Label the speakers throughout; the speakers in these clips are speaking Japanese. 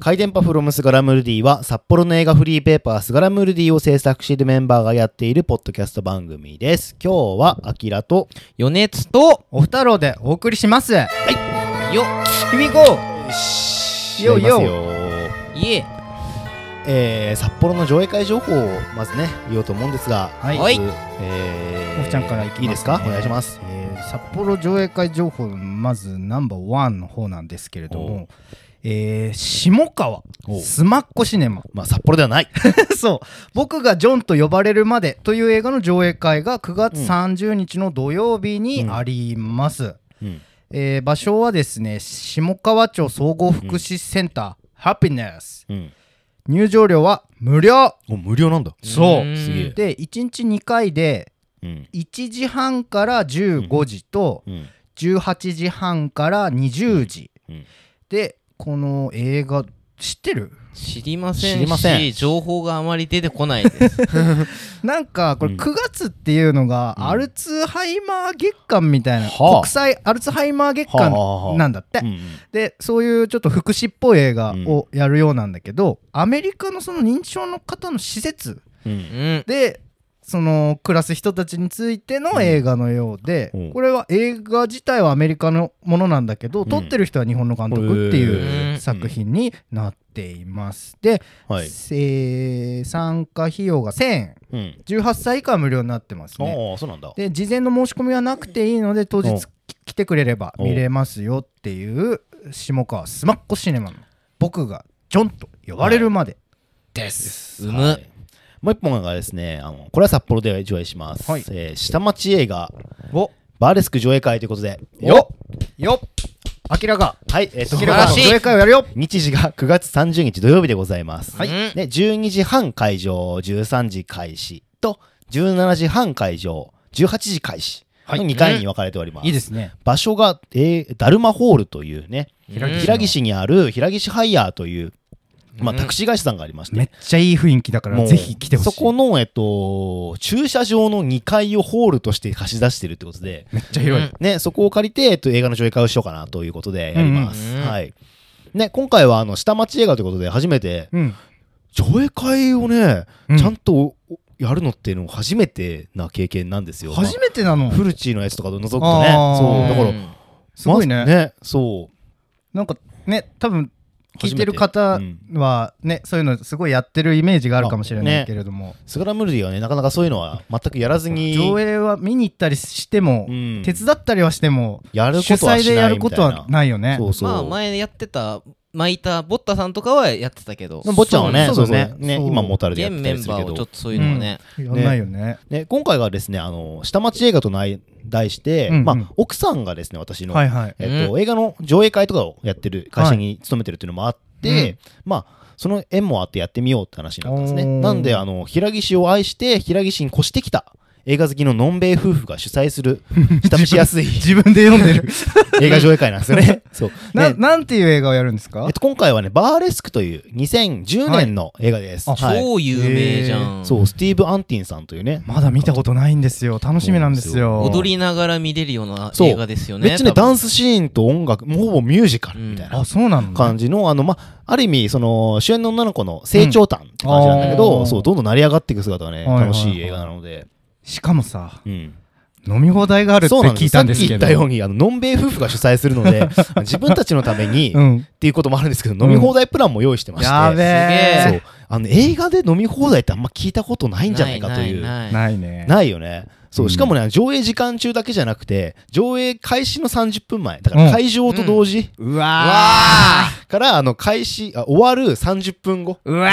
Speaker 1: 回電波フロムスガラムルディは札幌の映画フリーペーパースガラムルディを制作しているメンバーがやっているポッドキャスト番組です。今日はアキラと
Speaker 2: 余熱と
Speaker 3: おふたろうでお送りします。
Speaker 2: よ
Speaker 3: 君こ
Speaker 1: し
Speaker 3: よいよ
Speaker 2: いえ
Speaker 1: えー札幌の上映会情報をまずね言おうと思うんですが、
Speaker 3: はい
Speaker 2: はい
Speaker 1: まずえー
Speaker 3: おふちゃんからいきますね
Speaker 1: いですかお願いします。
Speaker 3: えー札幌上映会情報のまずナンバーワンの方なんですけれど
Speaker 1: お
Speaker 3: も、えー下川
Speaker 1: お
Speaker 3: スマッコシ ネマ
Speaker 1: まあ札幌ではない。
Speaker 3: そう僕がジョンと呼ばれるまでという映画の上映会が9月
Speaker 1: うん
Speaker 3: 30日の土曜日に
Speaker 1: うん
Speaker 3: あります、
Speaker 1: うん
Speaker 3: えー場所はですね下川町総合福祉センター、ハピネス
Speaker 1: うん、
Speaker 3: 入場料は無料
Speaker 1: お無料なんだ。
Speaker 3: そう
Speaker 2: ーん
Speaker 1: すげえ
Speaker 3: で1日2回で
Speaker 1: うん
Speaker 3: 1時半から15時と
Speaker 1: うん
Speaker 3: 18時半から20時
Speaker 1: うん
Speaker 3: でこの映画知ってる
Speaker 2: 知りません
Speaker 1: 知りません
Speaker 2: し情報があまり出てこない です
Speaker 3: なんかこれ
Speaker 1: うん
Speaker 3: 9月っていうのが
Speaker 1: うん
Speaker 3: アルツハイマー月間みたいな
Speaker 1: はあ
Speaker 3: 国際アルツハイマー月
Speaker 1: はあはあはあ
Speaker 3: 間なんだって
Speaker 1: うんうん
Speaker 3: でそういうちょっと福祉っぽい映画をやるようなんだけどアメリカのその認知症の方の施設
Speaker 1: う
Speaker 2: うんん
Speaker 3: でその暮らす人たちについての映画のようで、
Speaker 1: うん
Speaker 3: これは映画自体はアメリカのものなんだけど、
Speaker 1: うん
Speaker 3: 撮ってる人は日本の監督って
Speaker 2: へ
Speaker 3: い
Speaker 2: ー
Speaker 3: う作品になっています。で、
Speaker 1: はい。
Speaker 3: えー参加費用が1000円
Speaker 1: うん。
Speaker 3: 18歳以下は無料になってます
Speaker 1: ああ
Speaker 3: ね。
Speaker 1: ーそうなんだ。
Speaker 3: で事前の申し込みはなくていいので当
Speaker 1: おう
Speaker 3: 日来てくれれば
Speaker 1: おう
Speaker 3: 見れますよっていう下川スマッコシネマの僕がジョンと呼ばれるまでです。
Speaker 2: うむ
Speaker 1: はいもう一本がですねあのこれは札幌で上映します、
Speaker 3: はい
Speaker 1: えー下町映画
Speaker 3: お
Speaker 1: バーレスク上映会ということで
Speaker 3: よっよっあきらが
Speaker 1: はいえっ、と
Speaker 2: 素晴らしい
Speaker 3: 上会をやるよ
Speaker 1: 日時が9月30日土曜日でございます、
Speaker 2: はいうん
Speaker 1: で12時半会場13時開始と17時半会場18時開始の2回に分かれております、
Speaker 3: いいですね。
Speaker 1: 場所が、えー、ダルマホールというね
Speaker 2: 平岸の
Speaker 1: 平岸にある平岸ハイヤーという、まあ、
Speaker 2: うん
Speaker 1: タクシー会社さんがありまして、
Speaker 3: めっちゃいい雰囲気だから、
Speaker 1: もう
Speaker 3: ぜひ来てほしい。
Speaker 1: そこの、えっと、駐車場の2階をホールとして貸し出してるってことで、
Speaker 3: めっちゃ広い。
Speaker 1: ね、そこを借りて、えっと、映画の上映会をしようかなということでやります。
Speaker 2: うんうん
Speaker 1: はい。ね、今回はあの下町映画ということで初めて
Speaker 3: うん。
Speaker 1: 上映会をね、
Speaker 3: うん
Speaker 1: ちゃんとやるのっていうの初めてな経験なんですよ。
Speaker 3: 初
Speaker 1: ま
Speaker 3: めてな
Speaker 1: あ
Speaker 3: の。
Speaker 1: フルチーのやつとかと覗くと
Speaker 3: あ
Speaker 1: ね
Speaker 3: ー
Speaker 1: そうだか
Speaker 2: う
Speaker 1: ら
Speaker 2: ん
Speaker 3: すごい
Speaker 1: ま
Speaker 3: ね。
Speaker 1: ねそう
Speaker 3: なんか、ね、多分、聞いてる
Speaker 1: 初
Speaker 3: 方
Speaker 1: めてうん
Speaker 3: はね、そういうのすごいやってるイメージがあるかもしれないけれども、
Speaker 1: スガラムルディはねなかなかそういうのは全くやらずに
Speaker 3: 上映は見に行ったりしても、
Speaker 1: うん
Speaker 3: 手伝ったりはしても、
Speaker 1: やる
Speaker 3: 主
Speaker 1: ことは
Speaker 3: 催
Speaker 1: し
Speaker 3: で
Speaker 1: な
Speaker 3: や
Speaker 1: い
Speaker 3: る
Speaker 1: み
Speaker 3: こ
Speaker 1: たい
Speaker 3: とは
Speaker 1: な
Speaker 3: ないよね。
Speaker 1: そうそう
Speaker 2: まあ前やってた巻いたボッタさんとかはやってたけど
Speaker 1: 坊ちゃんはね、
Speaker 3: そう
Speaker 1: そう
Speaker 3: そうだね
Speaker 1: ねね
Speaker 3: そう
Speaker 1: 今モータルでや
Speaker 2: 現
Speaker 1: ってた
Speaker 2: メ
Speaker 1: り
Speaker 2: ン
Speaker 1: するけ
Speaker 2: バーをちょ
Speaker 1: ど
Speaker 2: っ、とそういうのをね、
Speaker 3: うんやんないよね。
Speaker 1: ね、今回がですね、あの下町映画とない題して、
Speaker 3: うんうん
Speaker 1: まあ、奥さんがですね、私の、
Speaker 3: はいはい。
Speaker 1: えっと
Speaker 2: う
Speaker 1: 映画の上映会とかをやってる会社に勤めてるっていうのもあって、
Speaker 3: うん
Speaker 1: まあ、その縁もあってやってみようって話になったんですね。
Speaker 3: おー
Speaker 1: なんであの、平岸を愛して、平岸に越してきた映画好きののんべい夫婦が主催する、 親しみやすい
Speaker 3: 自分で読んでる。
Speaker 1: 映画上映会なんですよね。そう
Speaker 3: な
Speaker 1: ね
Speaker 3: なんていう映画をやるんですか
Speaker 1: えっと、今回はね、バーレスクという2010年の映画です。
Speaker 3: はい
Speaker 1: はい
Speaker 2: 超有名じゃん、
Speaker 1: そう、スティーブ・アンティンさんというね、
Speaker 3: まだ見たことないんですよ。楽しみなんですよ。
Speaker 2: 踊りながら見れるような
Speaker 1: そう
Speaker 2: 映画ですよね
Speaker 1: めっちゃね、
Speaker 2: 多分
Speaker 1: ダンスシーンと音楽、もうほぼミュージカルみたいな
Speaker 3: あ、そうなのね
Speaker 1: 感じの、あの、まあ、ある意味、その、主演の女の子の成長譚って感じなんだけ
Speaker 3: うん
Speaker 1: ど、
Speaker 3: あー
Speaker 1: そう、どんどん成り上がっていく姿がね、
Speaker 3: はいはいはい
Speaker 1: 楽しい映画なので、
Speaker 3: しかもさ、
Speaker 1: うん。
Speaker 3: 飲み放題があるって
Speaker 1: そうなん
Speaker 3: 聞いたんです
Speaker 1: さ
Speaker 3: け
Speaker 1: っき言っ
Speaker 3: ど。
Speaker 1: たように、あの、のんべい夫婦が主催するの で、自分たちのために、っ
Speaker 3: うん。
Speaker 1: ていうこともあるんですけど、飲み放題プランも用意してまして、
Speaker 3: やべ
Speaker 2: え
Speaker 1: そう、あの、映画で飲み放題ってあんま聞いたことないんじゃないかという。
Speaker 2: な
Speaker 3: え。
Speaker 2: い
Speaker 3: な
Speaker 2: ない
Speaker 3: いね。
Speaker 1: ないよね。そう、しかもね、上映時間中だけじゃなくて、上映開始の30分前、だから会場と同時、
Speaker 3: う
Speaker 2: う
Speaker 3: わ
Speaker 2: わ
Speaker 1: から、あの、開始、あ、終わる30分後。
Speaker 3: ーうわ
Speaker 2: ー
Speaker 3: ー
Speaker 2: う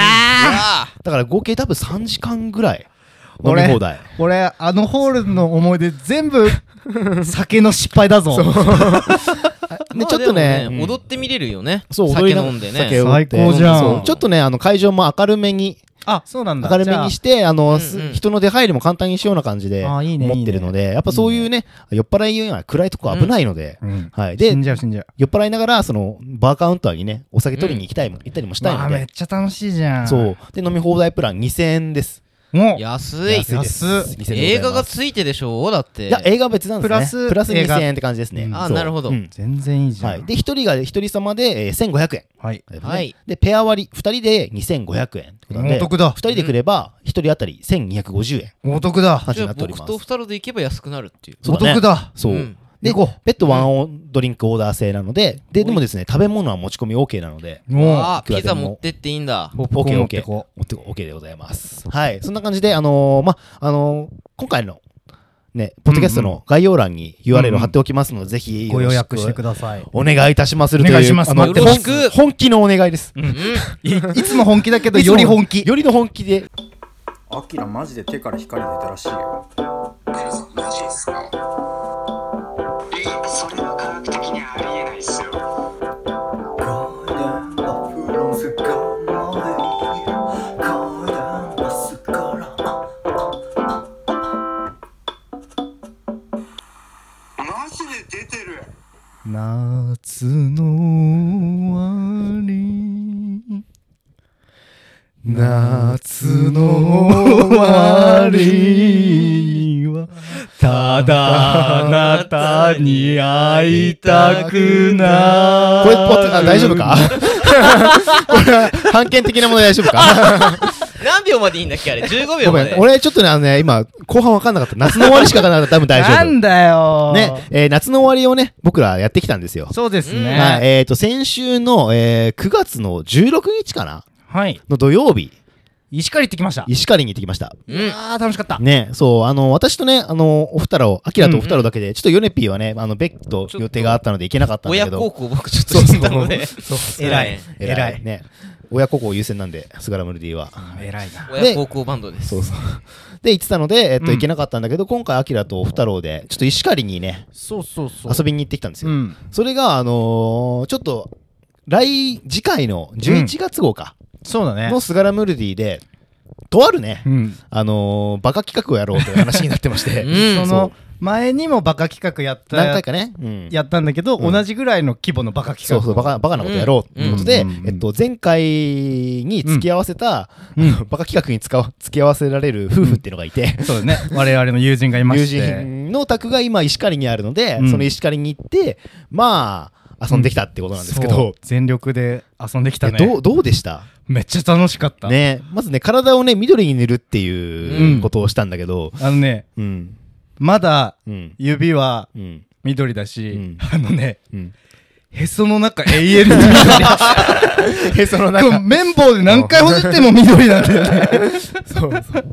Speaker 2: わ
Speaker 1: だから合計多分3時間ぐらい飲み
Speaker 3: 俺
Speaker 1: 放 題。
Speaker 3: 俺、あのホールの思い出全部 酒の失敗だぞ。
Speaker 2: ー
Speaker 1: ね
Speaker 2: まあ
Speaker 1: ちょっとね
Speaker 2: でも
Speaker 1: うん
Speaker 2: 踊って見れるよね
Speaker 1: そう、
Speaker 2: 酒
Speaker 1: 踊りな
Speaker 2: 飲んでね
Speaker 1: 酒を飲で
Speaker 3: 最高じゃん
Speaker 1: そうちょっとね、あの、会場も明るめに、
Speaker 3: あ、そうなんだ。
Speaker 1: 明るめにして、あの、す
Speaker 2: うんうん
Speaker 1: 人の出入りも簡単にしような感じで、
Speaker 3: あいいね
Speaker 1: 持ってるので、やっぱそういうね、酔っ払いよりは暗いとこは危ないので
Speaker 3: じゃあ、うん
Speaker 1: はい。
Speaker 3: 死
Speaker 1: で
Speaker 3: ん、じゃう死んじゃう。
Speaker 1: 酔っ払いながら、その、バーカウンターにね、お酒取りに行きたいも、行ったりもしたい
Speaker 3: ま
Speaker 1: の
Speaker 3: あめっ
Speaker 1: で、
Speaker 3: ちゃ楽しいじゃん。
Speaker 1: そう。で、飲み放題プラン2000円です。
Speaker 3: もう
Speaker 2: 安い
Speaker 3: 安いです
Speaker 1: 2000円でございます
Speaker 2: 映画がついてでしょうだって
Speaker 1: いや映画は別なんですね
Speaker 3: プラス
Speaker 1: プラス
Speaker 3: 映画
Speaker 1: 2000円って感じですね、
Speaker 3: うん
Speaker 2: あ
Speaker 1: そう
Speaker 2: なるほど
Speaker 1: うん
Speaker 3: 全然いいじゃ
Speaker 1: は
Speaker 3: ん
Speaker 1: い、で1人が1人様で、えー1500円
Speaker 3: はい
Speaker 2: はい
Speaker 1: でペア割2人で2500円ってことなん
Speaker 3: お
Speaker 1: で
Speaker 3: 得だ
Speaker 1: 2人でくれば1人当たり1250円
Speaker 3: お得だ
Speaker 1: 話
Speaker 2: じ
Speaker 1: に
Speaker 2: ゃ
Speaker 1: な
Speaker 2: あ
Speaker 1: っており
Speaker 2: 僕
Speaker 1: ま
Speaker 2: と
Speaker 1: す
Speaker 2: 二人で行けば安くなるっていう
Speaker 1: そ
Speaker 3: お
Speaker 1: うだね
Speaker 3: 得だ
Speaker 1: そう、
Speaker 2: うん
Speaker 1: で
Speaker 3: 行こ
Speaker 1: ペットワンオンドリンクオーダー制なのでででもですね食べ物は持ち込み OK なので
Speaker 3: うも
Speaker 2: あ
Speaker 1: い
Speaker 2: ー
Speaker 1: くら
Speaker 2: ピ
Speaker 1: でも
Speaker 2: ザ持ってっていいんだ
Speaker 3: うポップコー
Speaker 1: OK
Speaker 3: ン持って
Speaker 1: OK
Speaker 3: こ
Speaker 1: 持ってこ OK でございますはいそんな感じであのーまああのー今回のねポッドキャストの概要欄に URL を貼っておきますので、ぜひ
Speaker 3: ご予約してく
Speaker 1: だ
Speaker 3: ださい
Speaker 1: お願いいたしまするという
Speaker 3: お願いします
Speaker 1: あの
Speaker 2: よろしく
Speaker 1: 本本気のお願いです
Speaker 2: うん
Speaker 3: いいつも本気だけど
Speaker 1: いつも
Speaker 3: より本気
Speaker 1: よりの本気で
Speaker 4: アキラマジで手から光出たらしいよ
Speaker 5: マジですかえそれは科学的にはありえないっすよマジで出てる
Speaker 3: 夏の終わり夏の終わりはただあなたに会いたくな
Speaker 1: これポッあ大丈夫か これは判件的なもので大丈夫か
Speaker 2: 何秒までいいんだっ けあれ15秒
Speaker 1: ごめ
Speaker 2: まで
Speaker 1: ん俺ちょっとねあのね今後半分かんなかった夏の終わりしか分からなかった多分大
Speaker 3: な
Speaker 1: 丈夫
Speaker 3: んだよ
Speaker 1: ね、えー夏の終わりをね、僕らやってきたんですよ。
Speaker 3: そうですね
Speaker 1: はい、えっ、と、先週の、えー9月の16日かな
Speaker 3: はい
Speaker 1: の土曜日、
Speaker 3: 石狩行ってきました
Speaker 1: 石狩に行ってきました。
Speaker 2: うん
Speaker 3: あー楽しかった
Speaker 1: ね、そう、あの、私とね、あの、お二人を、アキラとお二人だけで、ちょっとヨネピーはね、あの、ベッと予定があったので行けなかったんだ
Speaker 2: 親
Speaker 1: け
Speaker 2: 孝
Speaker 1: ど、
Speaker 2: 行僕ちょっとしてたので
Speaker 3: そう
Speaker 2: 偉い
Speaker 1: 偉い。ね、親孝行優先なんで、スガラムルディは。
Speaker 3: 偉いな
Speaker 2: 親孝行バンドです
Speaker 1: そう そう。で、行ってたので、えっと、
Speaker 3: うん
Speaker 1: 行けなかったんだけど、今回、アキラとお二郎で、ちょっと石狩にね、
Speaker 3: そうそうそ
Speaker 1: 遊びに行ってきたんですよ。
Speaker 3: うん
Speaker 1: それが、あのーちょっと、来、次回の11月号か、
Speaker 3: そうだね
Speaker 1: のスガラムルディで、とあるね、
Speaker 3: うん
Speaker 1: あのーバカ企画をやろうという話になってまして、
Speaker 2: う
Speaker 3: そ
Speaker 2: ん
Speaker 3: の前にもバカ企画やった
Speaker 1: 何回かね、うん
Speaker 3: やったんだけど、
Speaker 1: うん
Speaker 3: 同じぐらいの規模のバカ企
Speaker 1: そ
Speaker 3: 画
Speaker 1: うそうバカ、バカなことやろうということで、
Speaker 3: うんうん
Speaker 1: えっと、前回に付き合わせた、
Speaker 3: うん
Speaker 1: バカ企画に使わ付き合わせられる夫婦っていうのがいて、
Speaker 3: そうだね我々の友人がいま
Speaker 1: 友
Speaker 3: して人
Speaker 1: 人のお宅が今、石狩にあるので、
Speaker 3: うん
Speaker 1: その石狩に行って、まあ、遊んできたってことなんですけど、
Speaker 3: 全力で遊んできた
Speaker 1: えど
Speaker 3: ね
Speaker 1: うどうでした
Speaker 3: めっちゃ楽しかった、
Speaker 1: ね、まずね体をね緑に塗るっていううんことをしたんだけど、
Speaker 3: あのね
Speaker 1: うん
Speaker 3: まだ
Speaker 1: うん
Speaker 3: 指は
Speaker 1: うん
Speaker 3: 緑だし、
Speaker 1: うん
Speaker 3: あのね
Speaker 1: うん、
Speaker 3: へその中永 遠に緑
Speaker 1: へその
Speaker 3: こう綿棒で何回ほじっても緑なんだよね
Speaker 1: そうそう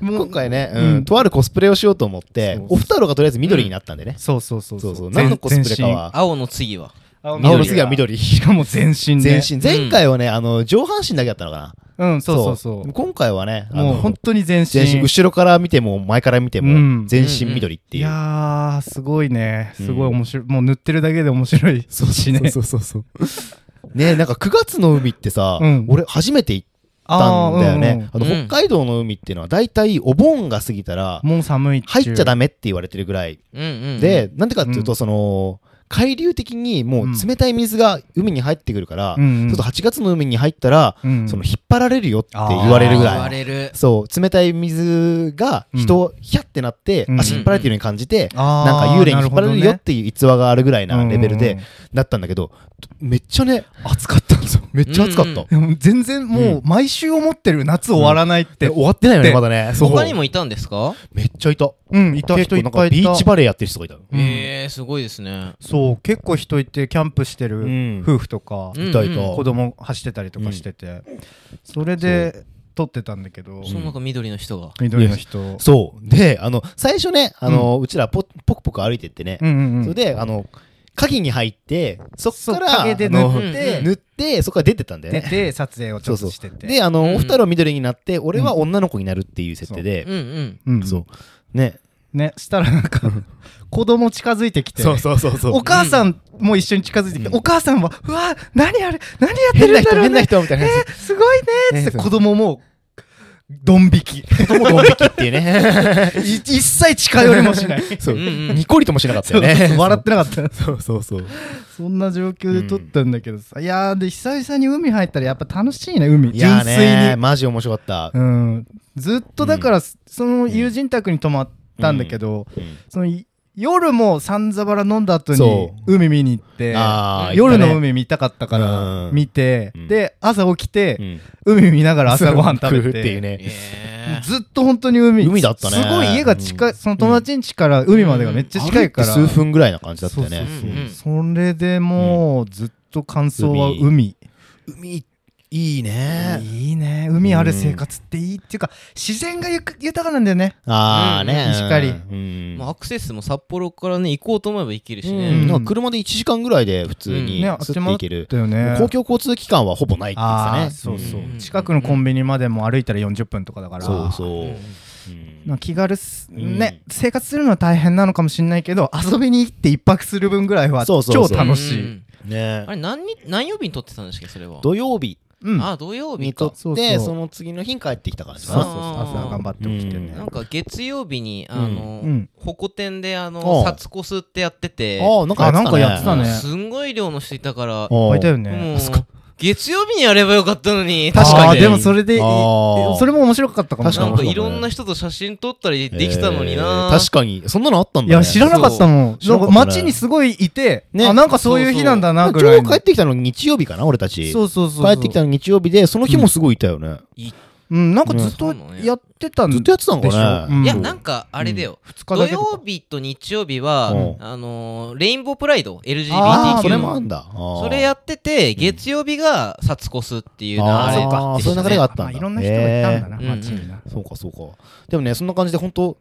Speaker 3: も
Speaker 1: 今
Speaker 3: う
Speaker 1: 回ね、う
Speaker 3: うん
Speaker 1: ん、とあるコスプレをしようと思って
Speaker 3: そう
Speaker 1: お二郎がとりあえず緑になったんでね、
Speaker 3: そうそうそう
Speaker 1: そうそう何のコスプレかは
Speaker 2: 青の次は
Speaker 3: 青
Speaker 1: 青の次は緑
Speaker 3: しかも 全身ね
Speaker 1: 全身、前回はねあの上半身だけだったのかな
Speaker 3: うんそうそうそう
Speaker 1: 今回はねあの
Speaker 3: もう本当に全身
Speaker 1: 全身後ろから見ても前から見て
Speaker 3: う
Speaker 1: も
Speaker 3: ん
Speaker 1: 全身緑って
Speaker 3: い
Speaker 1: いう、
Speaker 3: やーすごいね
Speaker 1: うん
Speaker 3: すごい面白い、もう塗ってるだけで面白いし ね
Speaker 1: そうそうそうそうねなんか9月の海ってさ、
Speaker 3: うん
Speaker 1: 俺初めて行ったんだよねあ,、
Speaker 3: あー
Speaker 2: うんうんう
Speaker 1: の
Speaker 2: ん
Speaker 1: 北海道の海っていうのは大体お盆が過ぎたら
Speaker 3: うんもう寒い
Speaker 1: 入っちゃ
Speaker 3: だ
Speaker 1: ダメって言われてるぐらい
Speaker 2: うんうんうん
Speaker 1: で、なんでかっていうと、
Speaker 3: う
Speaker 1: その海流的にもう冷たい水が海に入ってくるから、
Speaker 3: うんうん
Speaker 1: ちょっと8月の海に入ったら、
Speaker 3: うん
Speaker 1: その引っ張られるよって言われるぐ
Speaker 2: 言
Speaker 1: ら
Speaker 2: わ
Speaker 1: い。
Speaker 2: れる
Speaker 1: そう冷たい水が人をヒャってなって、
Speaker 3: うん
Speaker 1: 足引っ張られてるように感じて、
Speaker 3: あー
Speaker 1: なんか幽霊に引っ張られるよっていう逸話があるぐらい
Speaker 3: うん
Speaker 1: な
Speaker 3: うんうん
Speaker 1: レベルでだったんだけどめっちゃね暑かったんですよめっちゃ暑かった、
Speaker 2: うんうん
Speaker 3: でも全然もう毎週思ってる夏終わらないって
Speaker 1: で終わってないよね
Speaker 3: で
Speaker 1: まだねそう
Speaker 2: 他にもいたんですか
Speaker 1: めっちゃいた
Speaker 3: うんいた
Speaker 1: 結構
Speaker 3: 人い
Speaker 1: な
Speaker 3: っ
Speaker 1: んか
Speaker 3: ぱい
Speaker 1: ビ
Speaker 3: いた
Speaker 1: ーチバレーやってる人がいたよ
Speaker 3: うん
Speaker 2: へえすごいですね
Speaker 3: そう結構人いてキャンプして
Speaker 1: うん
Speaker 3: る夫婦とか、
Speaker 2: うん
Speaker 1: いたい
Speaker 2: うん
Speaker 1: た
Speaker 3: 子供走ってたりとかしてて、それで撮ってたんだけど
Speaker 2: その中緑の人が
Speaker 3: 緑の人
Speaker 1: そう。で、あの、最初ね、あの、うちらポ、ポクポク歩いてってね、
Speaker 3: うんうん
Speaker 1: それで、あの、鍵に入って、そ
Speaker 3: そ
Speaker 1: っ
Speaker 3: っ
Speaker 1: か、
Speaker 3: からら影で
Speaker 1: あの
Speaker 3: 塗って
Speaker 1: 塗って、そこから出てったんだよ
Speaker 3: 寝
Speaker 1: ね。
Speaker 3: て撮影をち
Speaker 1: そう
Speaker 3: ょっ
Speaker 1: そ
Speaker 3: と
Speaker 1: う
Speaker 3: してて。
Speaker 1: で、あの、
Speaker 2: うん
Speaker 1: お二人は緑になって、俺は女の子になるっていう設定で
Speaker 2: うん、うん
Speaker 3: うん
Speaker 1: そう。ね。
Speaker 3: ねしたらなんか子供近づいてきて
Speaker 1: そうそうそ
Speaker 3: お母さんも一緒に近づいてきて、
Speaker 1: うん
Speaker 3: お母さんは「うわ何あれ何やって
Speaker 1: 変
Speaker 3: る
Speaker 1: なん
Speaker 3: だ
Speaker 1: 人、
Speaker 3: ろう
Speaker 1: 変な
Speaker 3: ね
Speaker 1: 人みたいな
Speaker 3: え
Speaker 1: やつ。
Speaker 3: ーすごいね」っつ
Speaker 1: ね
Speaker 3: って子供もドン 引き。
Speaker 1: ともドン引きっていうね。
Speaker 3: い一切近寄りもしない。
Speaker 1: そう、
Speaker 2: うんうん
Speaker 1: にこりともしなかったよ
Speaker 3: そうそう
Speaker 1: ね。
Speaker 3: そう笑ってなかった。
Speaker 1: そうそうそう。
Speaker 3: そんな状況で撮ったんだけどさ。いやー、で、久々に海入ったらやっぱ楽しいね、海。
Speaker 1: い
Speaker 3: 純
Speaker 1: やー
Speaker 3: 粋
Speaker 1: ね、
Speaker 3: に。
Speaker 1: マジ面白かった。
Speaker 3: うん。ずっとだから、その友人宅に泊まったんだけど、
Speaker 1: うん
Speaker 3: そのい夜も三座原飲んだ後に
Speaker 1: そ
Speaker 3: 海見に行って、
Speaker 1: あー
Speaker 3: 夜
Speaker 1: 行
Speaker 3: の
Speaker 1: ったね
Speaker 3: 海見たかったから
Speaker 1: うん
Speaker 3: 見て、
Speaker 1: うん
Speaker 3: で朝起きて、
Speaker 1: うん
Speaker 3: 海見ながら朝ごはん食べ
Speaker 1: 食う
Speaker 3: て
Speaker 1: っていうね。
Speaker 2: え
Speaker 3: ずっと本当に海
Speaker 1: 海だったね
Speaker 3: すごい家が近い、
Speaker 1: うん
Speaker 3: その友達ん家から海までがめっちゃ近いから、
Speaker 1: 歩て数分ぐらいな感じだったよ
Speaker 3: そう
Speaker 1: ね。
Speaker 3: そうそう
Speaker 2: うんうん
Speaker 3: それでもうずっと感想は海
Speaker 1: 海、いいね。
Speaker 3: いいね海ある生活っていいっていうか自然がゆく豊かなんだよね
Speaker 1: ああね。
Speaker 3: うんしっかり
Speaker 1: うん
Speaker 2: まあアクセスも札幌からね行こうと思えば行けるし
Speaker 1: うん
Speaker 2: ね
Speaker 1: なんか車で1時間ぐらいで普通に
Speaker 3: ねあっ
Speaker 1: ス
Speaker 3: ち
Speaker 1: ッ
Speaker 3: も
Speaker 1: と
Speaker 3: あっ
Speaker 1: 行ける。
Speaker 3: だよね
Speaker 1: 公共交通機関はほぼないって言ってた
Speaker 3: あ
Speaker 1: ね。
Speaker 3: ーそうそう、
Speaker 2: うん
Speaker 3: 近くのコンビニまでも歩いたら40分とかだから
Speaker 1: そうそう。
Speaker 2: う
Speaker 1: う
Speaker 2: ん
Speaker 1: ん
Speaker 3: なんか気軽っす、
Speaker 1: うん
Speaker 3: ね生活するのは大変なのかもしれないけど遊びに行って一泊する分ぐらいは
Speaker 1: そ
Speaker 3: 超
Speaker 1: うそうそう
Speaker 3: 楽しい、
Speaker 2: うんうん
Speaker 1: ね
Speaker 2: あれ何日何曜日に撮ってたんですかそれは
Speaker 1: 土曜日
Speaker 3: うん
Speaker 2: あ土曜日
Speaker 1: に
Speaker 2: か
Speaker 1: 撮
Speaker 3: そう
Speaker 1: って、
Speaker 3: そう
Speaker 1: その次の日に帰ってきた感じか
Speaker 3: そう
Speaker 1: な。
Speaker 3: そうそう
Speaker 2: あー
Speaker 3: 朝頑張って起きてね、
Speaker 1: うん
Speaker 2: なんか月曜日にあの、
Speaker 3: うん
Speaker 2: ホコ天であ
Speaker 1: お
Speaker 2: の
Speaker 1: う
Speaker 2: サツコスってやってて
Speaker 1: ああ、なんかやってたね。
Speaker 3: あなんかやってたね
Speaker 2: すんごい量の人いたから
Speaker 1: あ
Speaker 3: いっぱいいたよ
Speaker 2: も
Speaker 3: ね、
Speaker 2: う月曜日にやればよかったのに
Speaker 1: 確かに
Speaker 3: あーでもそれでいい
Speaker 1: あー
Speaker 3: それも面白かったかもしれ
Speaker 1: 確
Speaker 2: な
Speaker 3: なん
Speaker 1: 面
Speaker 2: か
Speaker 1: 白い
Speaker 3: い
Speaker 2: いろんな人と写真撮ったりできたのにな、
Speaker 1: えー確かに、そんなのあったんだ
Speaker 3: い
Speaker 1: ね。
Speaker 3: や知らなかったもん
Speaker 1: そ
Speaker 3: な
Speaker 1: うん
Speaker 3: か街にすごいいて、
Speaker 1: ね
Speaker 3: あなんかそういう日なんだな
Speaker 1: まあ
Speaker 3: ぐ
Speaker 1: ちょ
Speaker 3: ら
Speaker 1: う
Speaker 3: い
Speaker 1: ど
Speaker 3: の
Speaker 1: 帰ってきたの日曜日かな、俺たち。
Speaker 3: そうそうそうそう
Speaker 1: 帰ってきたの日曜日で、その日もすごいいたよね。
Speaker 2: い
Speaker 3: うんなんかずっ
Speaker 2: そ
Speaker 3: と
Speaker 2: うなのね
Speaker 3: やってたん
Speaker 1: ずっとやってたのかね
Speaker 3: でしょうん
Speaker 2: いやなんかあれだよ、
Speaker 3: 二日
Speaker 2: 土
Speaker 3: だけとか
Speaker 2: 曜日と日曜日は、
Speaker 1: うん
Speaker 2: あのーレインボープライド
Speaker 3: あー
Speaker 1: そ
Speaker 2: LGBTQ
Speaker 1: れ
Speaker 2: の
Speaker 1: もあんだ。
Speaker 2: それや
Speaker 1: っ
Speaker 2: ってて、月曜日がサツコスっていう流れ
Speaker 1: あーそうか
Speaker 2: でし
Speaker 1: そう
Speaker 2: たね
Speaker 1: いう流れがあったんだ
Speaker 3: まあいろんな人がいたんだな
Speaker 2: へー
Speaker 3: 街にな、
Speaker 1: そうか、そうか。でもね、そんな感じで、本当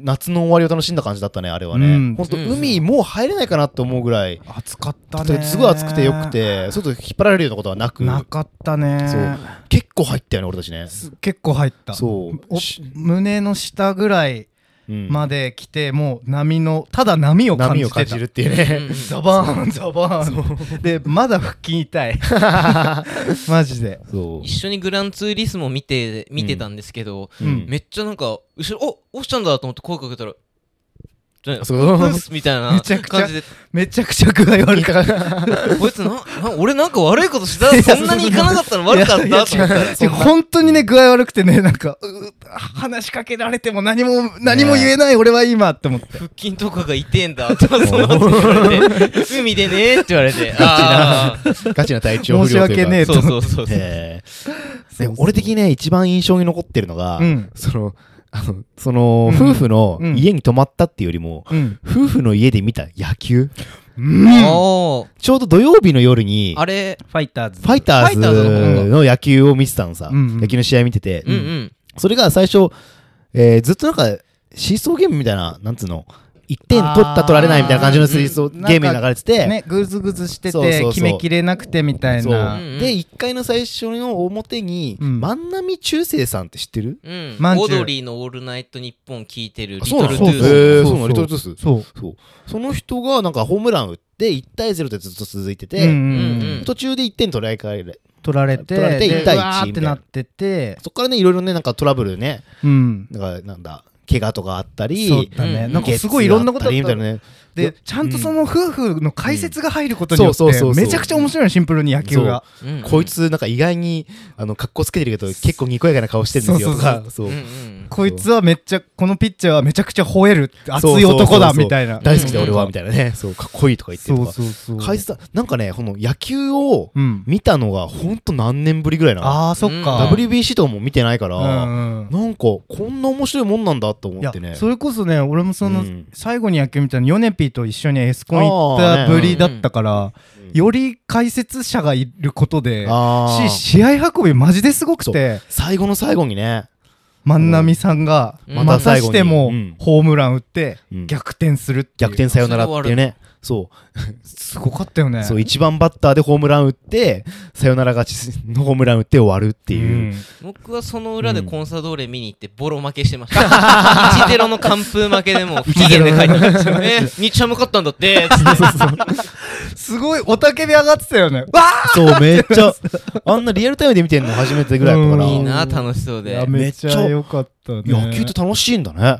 Speaker 1: 夏の終わりを楽しんだ感じだったね、あれは
Speaker 3: うん
Speaker 1: ね。本当海もう入れないかなって思うぐらい、
Speaker 3: 暑かったね
Speaker 1: すごい暑くてよくて、外引っ張られるようなことはなく、
Speaker 3: なかった
Speaker 1: そう
Speaker 3: ね
Speaker 1: 結構入ったよね、俺たちね。
Speaker 3: す結構入った
Speaker 1: そう
Speaker 3: お
Speaker 1: し
Speaker 3: 胸の下ぐらい
Speaker 1: うん
Speaker 3: まで来てもう波のただ波を
Speaker 1: 波
Speaker 3: 感じ
Speaker 1: を
Speaker 3: てた
Speaker 1: 感じるっていうね。
Speaker 2: うん
Speaker 3: ザバーンザバーンでまだ腹筋 痛いマジで
Speaker 1: そう
Speaker 2: 一緒にグランツーリスモ見て見てたんですけど、
Speaker 1: うん
Speaker 3: うん
Speaker 2: めっちゃなんか後ろ「おオフちゃんだ」と思って声かけたら「じゃあ
Speaker 1: あそう
Speaker 2: うっすみたいな
Speaker 3: めちゃくちゃ
Speaker 2: 感じで
Speaker 3: めちゃくちゃ具合悪かった
Speaker 2: こいつなな俺なんか悪いことしたそんなに行かなかったの悪かったと
Speaker 3: いや
Speaker 2: 思っ
Speaker 3: いや
Speaker 2: たら
Speaker 3: 違う本当にね具合悪くてねなんかうう話しかけられても何も何も言えない俺は今って思って
Speaker 2: 腹筋とかが痛えんだって その後言われて海でねーって言われてああ
Speaker 1: ガチな体調
Speaker 3: 申
Speaker 1: 不
Speaker 3: し
Speaker 1: 良というか
Speaker 3: 訳ねえと
Speaker 2: そう
Speaker 3: 思
Speaker 2: そ
Speaker 3: っ
Speaker 2: う
Speaker 3: て
Speaker 2: そうそ
Speaker 1: え
Speaker 2: う
Speaker 1: ーで俺的にね一番印象に残ってるのが、
Speaker 3: うん
Speaker 1: そのあのその、
Speaker 3: うん
Speaker 1: 夫婦の
Speaker 3: うん
Speaker 1: 家に泊まったっていうよりも、
Speaker 3: うん
Speaker 1: 夫婦の家で見た野球
Speaker 3: うん
Speaker 2: おー
Speaker 1: ちょうど土曜日の夜に
Speaker 2: あれ
Speaker 3: ファイターズ
Speaker 1: ファイター
Speaker 2: ファイターズの方
Speaker 1: ズの野球を見てたのさ、
Speaker 3: うんうん
Speaker 1: 野球の試合見てて、
Speaker 2: うんうん
Speaker 1: それが最初、えーずっとなんかシーソーゲームみたいななんつうの1点取った取られないみたいな感じのシーソーゲームに流れてて、
Speaker 3: ねグズグズして
Speaker 1: そうそう
Speaker 3: て
Speaker 1: そう
Speaker 3: 決めきれなくてみたい
Speaker 1: そう
Speaker 3: な
Speaker 2: うん
Speaker 1: で1回の最初の表に、
Speaker 3: うん
Speaker 1: 万波中正さんって知ってる
Speaker 2: うん
Speaker 3: まんじゅ
Speaker 2: オ
Speaker 3: う
Speaker 2: ドリーの「オールナイトニッポン」聞いてるリ
Speaker 1: あ
Speaker 2: トル
Speaker 3: そ
Speaker 2: ト
Speaker 3: う
Speaker 2: ゥ
Speaker 3: な
Speaker 2: ー
Speaker 3: の
Speaker 2: ス
Speaker 1: へー
Speaker 3: そうそう
Speaker 1: そうなのリトルトゥース
Speaker 3: そう
Speaker 1: そうその人がなんかホームラン打って1対0でずっと続いてて、
Speaker 3: うんうん
Speaker 2: う
Speaker 3: うん
Speaker 2: ん
Speaker 1: 途中で1点取られかえれ
Speaker 3: 取られて
Speaker 1: 取られて
Speaker 3: で
Speaker 1: 一対一
Speaker 3: うわーってなってて
Speaker 1: そこからねいろいろねなんかトラブルね
Speaker 3: うん
Speaker 1: なんかなんだ怪我とかあったり
Speaker 3: そうだね
Speaker 2: うん
Speaker 3: なんかすごいいろんなことあ
Speaker 1: ゲ
Speaker 3: っ
Speaker 1: ッツーあった
Speaker 3: た
Speaker 1: りみたいなね
Speaker 3: でちゃんとその夫婦の解説が入ること
Speaker 1: うん
Speaker 3: によっ
Speaker 1: そうそうそう
Speaker 3: て
Speaker 1: そう
Speaker 3: めちゃくちゃ面白いのシンプルに野球が
Speaker 2: うんうん
Speaker 1: こいつなんか意外にあの格好つけてるけど結構にこやかな顔してるんですよとかそううん
Speaker 2: うん
Speaker 3: こいつはめっちゃこのピッチャーはめちゃくちゃ吠える熱い
Speaker 1: そうそうそうそ
Speaker 3: 男
Speaker 1: う
Speaker 3: だみたいな
Speaker 1: 大好きだ俺はみたいなねそうかっこいいとか言って
Speaker 3: そ
Speaker 1: ると
Speaker 3: う
Speaker 1: か
Speaker 3: そうそう
Speaker 1: 解説だなんかねこの野球を
Speaker 3: うん
Speaker 1: 見たのがほんと何年ぶりぐらいなの
Speaker 3: あーそっか
Speaker 2: うん
Speaker 1: WBC とかも見てないから、
Speaker 3: うんうん
Speaker 1: なんかこんな面白いもんなんだと
Speaker 3: い
Speaker 1: 思っ
Speaker 3: や
Speaker 1: てね
Speaker 3: それこそね俺もその
Speaker 1: うん
Speaker 3: 最後に野球見たのヨネピーと一緒にエスコン行ったぶりだったから
Speaker 1: うん
Speaker 3: より解説者がいることで
Speaker 1: あー
Speaker 3: し試合運びマジですごくて
Speaker 1: 最後の最後にね、
Speaker 3: 万波さんが
Speaker 2: うん
Speaker 3: またしても
Speaker 1: うん
Speaker 3: ホームラン打って
Speaker 1: うん
Speaker 3: 逆転するっていう
Speaker 1: 逆転サヨナラっていうねそ
Speaker 3: すごかったよ
Speaker 1: う
Speaker 3: ね
Speaker 1: そう1番バッターでホームラン打ってサヨナラ勝ちのホームラン打って終わるっていう、
Speaker 2: 僕はその裏でコンサドーレ見に行ってボロ負けしてました。1-0 の完封負けでもう不機嫌で帰ったんですよね。日ハム勝ったんだって、つって。
Speaker 3: うん すごい、おたけび上がってたよね。わ
Speaker 1: そう、めっちゃ、あんなリアルタイムで見てんの初めてぐらいだったから。
Speaker 3: うん
Speaker 2: いいな、楽しそうで。
Speaker 1: めっちゃ
Speaker 3: 良かったね
Speaker 1: 野球って楽しいんだね。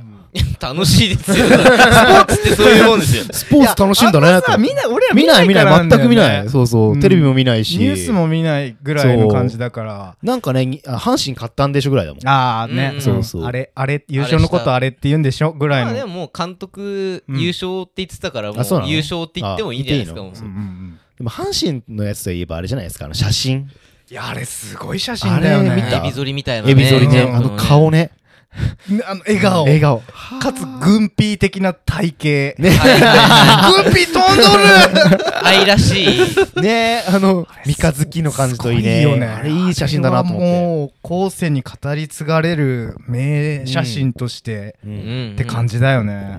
Speaker 2: 楽しいですよ。 スポーツってそういうもんですよ。
Speaker 1: スポーツ楽しいんだねって
Speaker 3: あんまさみんな、俺ら
Speaker 1: 見ない見
Speaker 3: から
Speaker 1: ない、全く見
Speaker 3: んだ
Speaker 1: な
Speaker 3: よ
Speaker 1: い。
Speaker 3: ね
Speaker 1: そうそうう、
Speaker 3: ん
Speaker 1: テレビも見ないし。
Speaker 3: ニュースも見ないぐらいの感じだから。
Speaker 1: なんかね、にあ阪神買ったんでしょぐらいだもん。
Speaker 3: ああね、
Speaker 2: うん
Speaker 1: そうそう
Speaker 3: あれ、あれ、優勝のことあれって言うんでしょぐらいの。
Speaker 2: まあでももう監督
Speaker 3: うん
Speaker 2: 優勝って言ってたから、も
Speaker 1: あそう
Speaker 2: う
Speaker 1: なの
Speaker 2: 優勝って言ってもいいんじゃないですか。
Speaker 1: あ
Speaker 2: も
Speaker 1: 言
Speaker 2: う
Speaker 1: って
Speaker 3: うんうんうん
Speaker 1: でも阪神のやつといえばあれじゃないですか、あの写真。
Speaker 3: いや、あれすごい写真だよね。
Speaker 1: あれ見
Speaker 2: エ
Speaker 1: た
Speaker 2: ビ反りみたいなね。
Speaker 1: エビ反りね、
Speaker 2: ジャンプ
Speaker 1: あの顔ね。
Speaker 3: ねあの笑顔。
Speaker 1: 笑顔。
Speaker 3: かつ、軍備的な体型。
Speaker 1: ね
Speaker 2: はいはい
Speaker 3: 軍備飛んどる
Speaker 2: 愛らし い。
Speaker 1: ね あの、三日月の感じといいね。
Speaker 3: すごよね
Speaker 1: あれいい写真だなと思っ
Speaker 3: あれは
Speaker 1: て。
Speaker 3: もう、後世に語り継がれる名写真として、
Speaker 1: う
Speaker 2: うんん
Speaker 3: って感じだよね。
Speaker 1: ね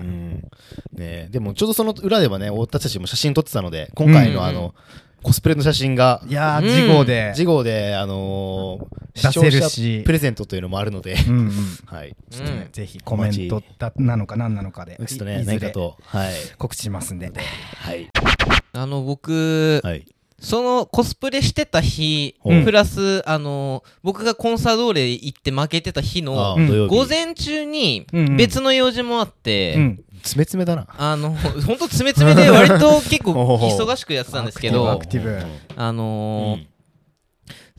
Speaker 1: えでもちょうどその裏ではね私たちも写真撮ってたので今回
Speaker 2: う
Speaker 1: の
Speaker 2: ん
Speaker 1: あの、コスプレの写真が
Speaker 3: いやー、
Speaker 2: うん
Speaker 3: 事後で。
Speaker 1: 事後で、あのー
Speaker 3: 出せるし
Speaker 1: 視聴者プレゼントというのもあるので、
Speaker 3: うんうん。
Speaker 1: はい、
Speaker 3: ちょっとね
Speaker 2: うん
Speaker 3: ぜひコメントだなのか何なのかで、
Speaker 1: ちょっと
Speaker 3: い
Speaker 1: ね
Speaker 3: いず
Speaker 1: 何か
Speaker 3: れ
Speaker 1: とはい
Speaker 3: 告知しますんで。
Speaker 1: はい
Speaker 2: あの、僕、
Speaker 1: はい
Speaker 2: そのコスプレしてた日、
Speaker 1: うん
Speaker 2: プラス、あの、僕がコンサドーレ行って負けてた日
Speaker 1: あ
Speaker 2: の、
Speaker 1: ー
Speaker 3: うん
Speaker 1: 土曜日
Speaker 2: 午前中に
Speaker 3: うんうん
Speaker 2: 別の用事もあって、
Speaker 3: うん。
Speaker 1: つめつめだな
Speaker 2: あの、ほんと詰め詰めで割と結構
Speaker 1: おほほ
Speaker 2: 忙しくやってたんですけ
Speaker 3: ア
Speaker 2: ど
Speaker 3: ク、ティブアク
Speaker 2: あ
Speaker 1: うん
Speaker 2: のー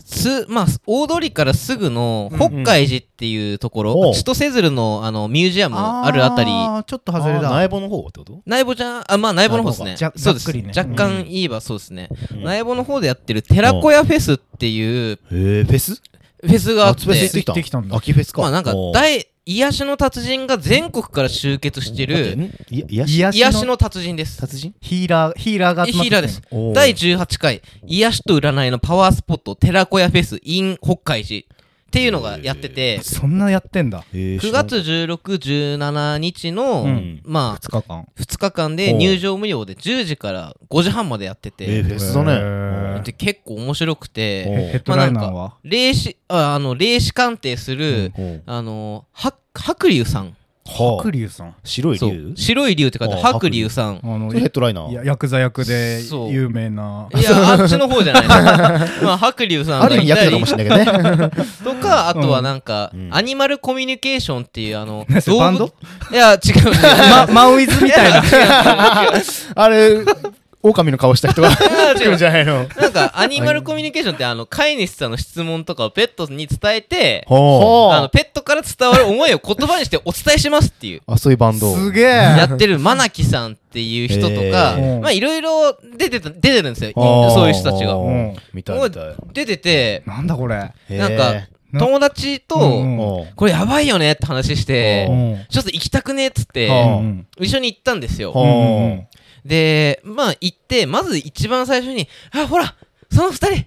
Speaker 2: す、まあ、大通りからすぐの
Speaker 3: うん
Speaker 2: 北海寺っていうとこ
Speaker 1: お
Speaker 2: ろ、
Speaker 1: う
Speaker 2: 千歳鶴のあのミュージアムあるあたり、
Speaker 3: ーちょっと外れ
Speaker 1: あー
Speaker 3: だ。
Speaker 1: 内房の方ってこと
Speaker 2: 内部じゃん、あ、まあ内部の方ですね
Speaker 3: 内房か。じゃ
Speaker 2: そうです。
Speaker 3: ざっくりね
Speaker 2: 若干言えばそうですね。
Speaker 1: うん
Speaker 2: 内部の方でやってる寺子屋フェスっていう
Speaker 1: えー、フェス
Speaker 2: フェスがあって、
Speaker 1: フェス行
Speaker 3: 行ってきたんだ
Speaker 1: 秋フェスか
Speaker 2: まあなんか
Speaker 1: おー
Speaker 2: 大、癒しの達人が全国から集結してる、
Speaker 1: んいや癒し
Speaker 3: 癒
Speaker 2: 癒
Speaker 3: し
Speaker 2: し
Speaker 3: の
Speaker 2: の達人です。
Speaker 1: 達人
Speaker 3: ヒーラー、ヒーラーが集まってき
Speaker 2: ヒーラ
Speaker 3: てる
Speaker 2: ーです。
Speaker 1: おー
Speaker 2: 第18回、癒しと占いのパワースポット、寺子屋フェス in 北海寺っていうのがやってて、
Speaker 3: そんなやってんだ。
Speaker 1: えー
Speaker 2: 9月16、17日の、
Speaker 1: うん
Speaker 2: まあ、
Speaker 3: 2日間。
Speaker 2: 2日間で入場無料で10時から5時半までやって
Speaker 1: えー、
Speaker 2: て、
Speaker 1: フェスだね
Speaker 3: へー
Speaker 2: で結構面白く
Speaker 1: お
Speaker 2: て、
Speaker 1: ー
Speaker 3: ヘッドライナーは
Speaker 2: 霊視、ああの、霊視鑑定する、
Speaker 1: おー
Speaker 2: あの、は白龍さん。
Speaker 1: は
Speaker 3: 白龍さん。
Speaker 1: あ白い
Speaker 2: そう
Speaker 1: 竜
Speaker 2: 白い龍って書いてある
Speaker 1: ああ
Speaker 2: 白龍さん
Speaker 3: あ。の、
Speaker 1: それヘッドライナー
Speaker 3: いや薬剤役で
Speaker 2: そう
Speaker 3: 有名ない
Speaker 2: や、あっちの方じゃない です。まあ、白龍さん
Speaker 1: ある意味やってたかもしれないけどね。
Speaker 2: とか、あとはなんか、
Speaker 1: うん
Speaker 2: アニマルコミュニケーションっていう、あの、
Speaker 3: 何それバンド
Speaker 2: いや、違う、
Speaker 3: まマウイズみたいな。
Speaker 1: あれ、狼の顔した 人が
Speaker 2: 違う
Speaker 1: 来るんじゃない の
Speaker 2: なんか、アニマルコミュニケーションって、あの、飼い主さんの質問とかをペットに伝えて、
Speaker 1: ほ
Speaker 2: あの、ペットから伝わる思いを言葉にしてお伝えしますっていう。
Speaker 1: あ、そういうバンド。
Speaker 3: すげえ。
Speaker 2: やってるマナキさんっていう人とか、
Speaker 1: へ
Speaker 3: ー
Speaker 2: まあいろいろ出てた出てるんですよ、
Speaker 1: あー
Speaker 2: そういう人たちが。
Speaker 1: うん見たい
Speaker 2: もう
Speaker 1: 見たい。
Speaker 2: 出てて、
Speaker 3: なんだこれ。
Speaker 1: へえ
Speaker 2: なんか、
Speaker 3: な
Speaker 2: 友達
Speaker 3: うん
Speaker 2: と、
Speaker 1: おう
Speaker 2: これやばいよねって話して
Speaker 1: う、
Speaker 3: ん。
Speaker 2: ちょっと行きたくねっつっ
Speaker 1: う
Speaker 2: て、
Speaker 1: ん
Speaker 3: うん
Speaker 2: 一緒に行ったんですよ
Speaker 1: う。ん
Speaker 2: で、まあ行って、まず一番最初に、あ、ほら、その二人、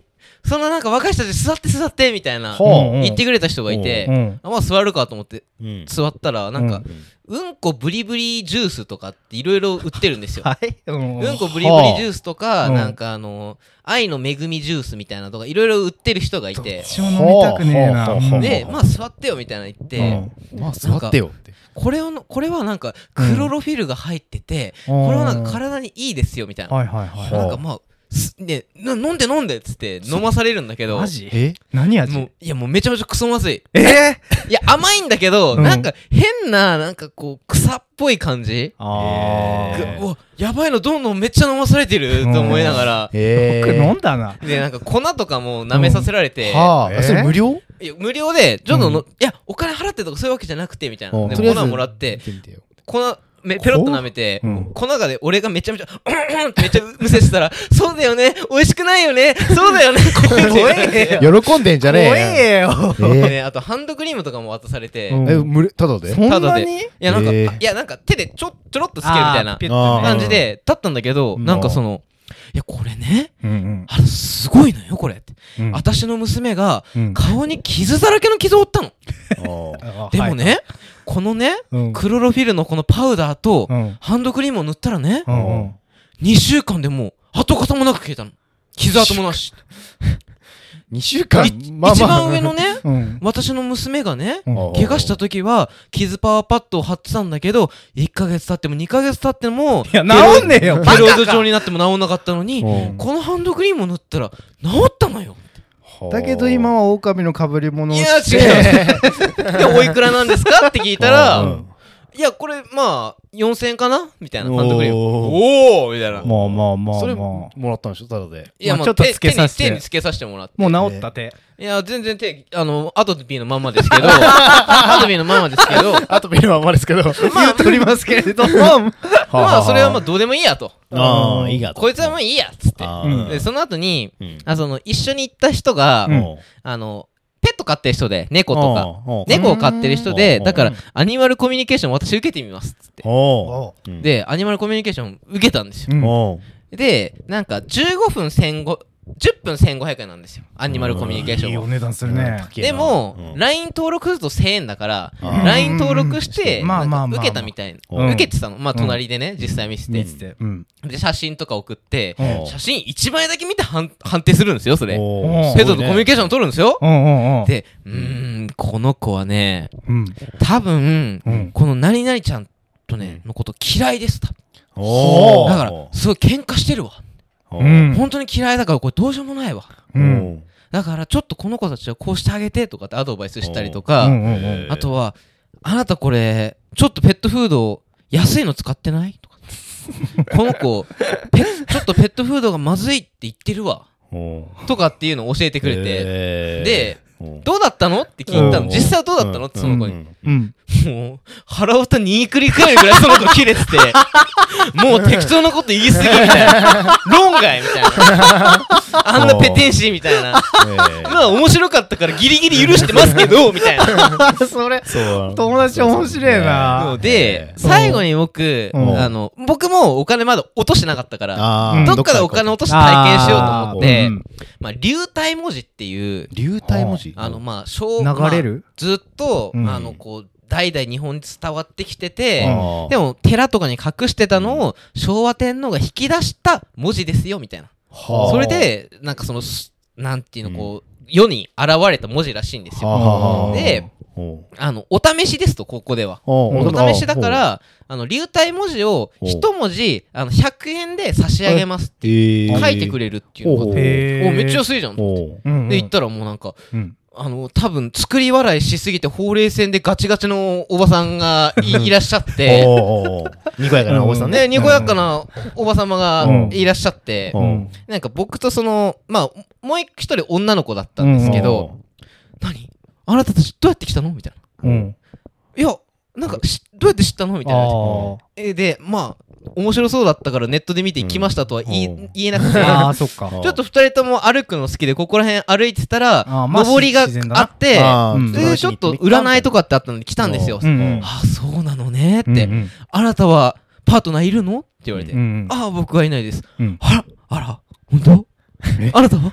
Speaker 2: そのなんか若い人たち座って座ってみたいな、
Speaker 1: ほう
Speaker 2: 言ってくれた人がいて
Speaker 3: う、ん
Speaker 2: あまあ座るかと思って
Speaker 1: うん
Speaker 2: 座ったら、なんか、うんこブリブリジュースとかっていろいろ売ってるんですよ。
Speaker 3: はい。うん
Speaker 2: うんこブリブリジュースとか、
Speaker 3: うん
Speaker 2: なんかあの、愛の恵みジュースみたいなとか、いろいろ売ってる人がいて、
Speaker 3: 一応飲みたくねえな。
Speaker 1: ほうほうほうほう
Speaker 2: で、まあ座ってよみたいなの言って、
Speaker 3: うん
Speaker 1: まあ、座ってよって。
Speaker 2: これをの、これはなんか、クロロフィルが入ってて、これはなんか体にいいですよみたいな。
Speaker 3: はいはいはい。
Speaker 2: なんかまあ、すね、な飲んで飲んでっつって飲まされるんだけど、
Speaker 3: マジ
Speaker 1: え
Speaker 3: 何味
Speaker 2: もう、いやもうめちゃめちゃクソまずい。
Speaker 3: ええ
Speaker 2: いや、甘いんだけど、
Speaker 3: うん
Speaker 2: なんか変な、なんかこう、草っぽい感じ。
Speaker 1: あー
Speaker 2: うわ、やばいの、どんどんめっちゃ飲まされてると思いながら、
Speaker 1: え
Speaker 3: 僕飲んだな。
Speaker 2: で、なんか粉とかも舐めさせられて、
Speaker 1: はあ、
Speaker 3: えー
Speaker 1: それ無料
Speaker 2: いや無料で、ちょっとの、
Speaker 3: う
Speaker 2: いや、お金払ってとかそういうわけじゃなくて、みたい
Speaker 1: うん
Speaker 2: な。で、
Speaker 1: とりあえ
Speaker 2: 粉
Speaker 1: ず
Speaker 2: もらって、
Speaker 1: 見てよ
Speaker 2: 粉、めペロッと舐めて、
Speaker 3: うん
Speaker 2: 粉がで俺がめちゃめちゃ、うんうんってめっちゃむせしてたら、そうだよね、美味しくないよね、そうだよね、怖
Speaker 3: え
Speaker 1: 喜んでんじゃね
Speaker 3: よ。
Speaker 1: えよ。え
Speaker 2: ね、あとハンドクリームとかも渡されて、
Speaker 3: う
Speaker 2: い
Speaker 3: ん
Speaker 1: ーえ、無料ただで
Speaker 3: そん
Speaker 2: ただ
Speaker 3: な
Speaker 2: で
Speaker 3: に
Speaker 2: や、なんか、
Speaker 1: えー
Speaker 2: あいや、なんか手でちょ、ちょろっとつけるみたいな
Speaker 1: あー
Speaker 2: 感じ。で立ったんだけど、
Speaker 3: うん
Speaker 2: なんかその、いや、これね、
Speaker 3: ピュッてね
Speaker 2: あれすごいのよ、これって。
Speaker 3: うんうん。
Speaker 2: 私の娘が
Speaker 3: うん
Speaker 2: 顔に傷だらけの傷を負ったの。
Speaker 1: あ
Speaker 3: あ
Speaker 2: でも、ね、このね、
Speaker 3: はい
Speaker 2: クロロフィルのこのパウダーと
Speaker 3: うん。うん
Speaker 2: ハンドクリームを塗ったらね
Speaker 3: う、んうん
Speaker 2: 2週間でもう跡形もなく消えたの。傷跡もなし。
Speaker 1: ー2週間
Speaker 2: い一番上のね、
Speaker 3: うん。
Speaker 2: 私の娘がね、
Speaker 3: うん
Speaker 2: 怪我した時は傷パワーパッドを貼ってたんだけど1ヶ月経っても2ヶ月経っても
Speaker 3: いや、治んねえよ、
Speaker 2: ケロイド状になっても治んなかったのに
Speaker 1: うん
Speaker 2: このハンドクリームを塗ったら治ったのよ
Speaker 3: だけど今は狼の被り物を
Speaker 2: いや
Speaker 3: して
Speaker 2: 違うでおいくらなんですかって聞いた
Speaker 1: う
Speaker 2: ら
Speaker 1: ん
Speaker 2: いやこれまあ4000円かなみたいな
Speaker 1: おー
Speaker 2: ハンドクリームおおみたいな
Speaker 3: もうもうも
Speaker 1: そうれ
Speaker 3: も
Speaker 1: もらったんでしょただで
Speaker 2: いや
Speaker 3: ま
Speaker 2: も
Speaker 3: あ
Speaker 2: う
Speaker 3: ちょっと
Speaker 2: 手
Speaker 3: つけ
Speaker 2: 手
Speaker 3: さ
Speaker 2: に
Speaker 3: せて
Speaker 2: 手につけさせてもらって
Speaker 3: う。もう治った手。
Speaker 2: いや全然手あのアトピーのまんまですけどアトピーのまんまですけ ど
Speaker 1: あと見ればまですけど
Speaker 3: 言うとりますけれども、
Speaker 2: まあそれはまあどうでもいいやと
Speaker 1: ああいいが
Speaker 2: こいつはもういいやっつって
Speaker 1: あ
Speaker 3: うん
Speaker 2: でその後に
Speaker 1: うん
Speaker 2: あその一緒に行った人が、
Speaker 3: うん
Speaker 2: あのペット飼ってる人で猫とか
Speaker 1: お
Speaker 2: 猫を飼ってる人で
Speaker 1: うん
Speaker 2: だか
Speaker 1: う
Speaker 2: らアニマルコミュニケーション私受けてみますっつって
Speaker 1: おううん
Speaker 2: でアニマルコミュニケーション受けたんですよ
Speaker 3: うん
Speaker 1: おう
Speaker 2: でなんか15分15 10分1500円なんですよアニマルコミュニケーシ
Speaker 3: いい
Speaker 2: ョン
Speaker 3: お
Speaker 2: は
Speaker 3: 値段するね。
Speaker 2: でも、
Speaker 1: うん
Speaker 2: LINE 登録すると1000円だから
Speaker 1: うん
Speaker 2: LINE 登録して
Speaker 3: うんまあまあまあまあ
Speaker 2: なんか受けたみたいな
Speaker 1: うん
Speaker 2: 受けてたのまあ隣でね実際見せて
Speaker 3: て。うん。
Speaker 2: で写真とか送って
Speaker 1: うん
Speaker 2: 写真1枚だけ見て判判定するんですよそれ
Speaker 1: おう
Speaker 2: ペットとコミュニケーション取るんですよ
Speaker 3: うんうんうん。
Speaker 2: で、うーん、この子はね、
Speaker 3: うん。
Speaker 2: 多分、
Speaker 3: うん
Speaker 2: この何々ちゃんとね、のこと嫌いです、多分
Speaker 1: おう
Speaker 2: だから、すごい喧嘩してるわ。
Speaker 1: おう
Speaker 3: うん。
Speaker 2: 本当に嫌いだから、これどうしようもないわ。
Speaker 3: うん。うん
Speaker 2: だから、ちょっとこの子たちはこうしてあげてとかってアドバイスしたりと
Speaker 3: う
Speaker 2: か、
Speaker 3: んうん。
Speaker 2: あとは、あなたこれ、ちょっとペットフード安いの使ってないとか。 この子ペッちょっとペットフードがまずいって言ってるわ
Speaker 1: おう
Speaker 2: とかっていうのを教えてくれて、
Speaker 1: へー
Speaker 2: で
Speaker 1: おう
Speaker 2: どうだったのって聞いた
Speaker 3: うん
Speaker 2: の実際はどうだったのってその子に、
Speaker 1: うんうん
Speaker 3: うん。
Speaker 2: もう、腹歌にくり返るぐらいその子切れ てて、もう適当なこと言い過ぎみたいな。論外みたいな。あんなペテンシーみたいな。
Speaker 1: ええ
Speaker 2: まあ面白かったからギリギリ許してますけど、みたいな。
Speaker 3: それ、
Speaker 1: そう
Speaker 3: 友達面白いな。
Speaker 2: で、
Speaker 1: ええ
Speaker 2: 最後に僕、
Speaker 3: うん
Speaker 2: あの、僕もお金まだ落としてなかったから、
Speaker 1: あー
Speaker 2: どっかでお金落として体験しようと思っ
Speaker 3: あ
Speaker 2: て
Speaker 3: ーうん、
Speaker 2: まあ、流体文字っていう、
Speaker 1: 流体文字
Speaker 2: あの、まあ、小
Speaker 3: 流れる
Speaker 2: まあずっと、
Speaker 3: うん
Speaker 2: あの、こう、代々日本に伝わってきてて、
Speaker 1: あー
Speaker 2: でも寺とかに隠してたのを昭和天皇が引き出した文字ですよみたいな
Speaker 1: はあ
Speaker 2: それでなんかそのすなんていうのこう世に現れた文字らしいんです
Speaker 1: は
Speaker 2: よ
Speaker 1: あはあ
Speaker 2: で
Speaker 1: おう
Speaker 2: あのお試しですとここでは
Speaker 1: おう
Speaker 2: お試しだからあの流体文字を
Speaker 1: お
Speaker 2: 一文字あの100円で差し上げます
Speaker 1: えー
Speaker 2: 書いてくれるっていうのがあっ
Speaker 1: ほ
Speaker 2: て
Speaker 1: う
Speaker 2: おめっちゃ安いじゃんで
Speaker 1: おう
Speaker 3: うんうん。
Speaker 2: 行ったらもうなんか
Speaker 3: うん。
Speaker 2: あの多分作り笑いしすぎてほうれい線でガチガチのおばさんがいいらっしゃって
Speaker 1: おうおうおうにこやかなおばさんね
Speaker 2: ね、にこやかなおば様
Speaker 3: うん
Speaker 2: がいらっしゃって、
Speaker 1: う
Speaker 3: うんん。
Speaker 2: なんか僕とその、まあ、もう一人女の子だったんですけど、何あなたたちどうやって来たのみたいな。
Speaker 3: うん。
Speaker 2: いや、なんかし、どうやって知ったのみたいな。
Speaker 3: あ
Speaker 2: えで、まあ、面白そうだったからネットで見て来ましたとは言い,、
Speaker 1: うん
Speaker 2: 言えなくて
Speaker 3: あ。、ああ、そっ か。
Speaker 1: ち
Speaker 2: ちょっと二人とも歩くの好きで、ここら辺歩いてたら、
Speaker 3: あーまあ
Speaker 2: 上りが
Speaker 3: 自然だ
Speaker 2: あ
Speaker 3: な
Speaker 2: って、
Speaker 1: あー
Speaker 3: うん
Speaker 1: 素晴ら
Speaker 2: で
Speaker 1: し
Speaker 2: ちょっと占いとかってあったので来たんですよ。
Speaker 3: うんうん
Speaker 2: ああ、そうなのねって、
Speaker 3: うんうん
Speaker 2: あなたはパートナーいるのって言われて。
Speaker 3: うん
Speaker 2: ああ、僕はいないです。
Speaker 3: うん
Speaker 2: あら、あら、本当あなたは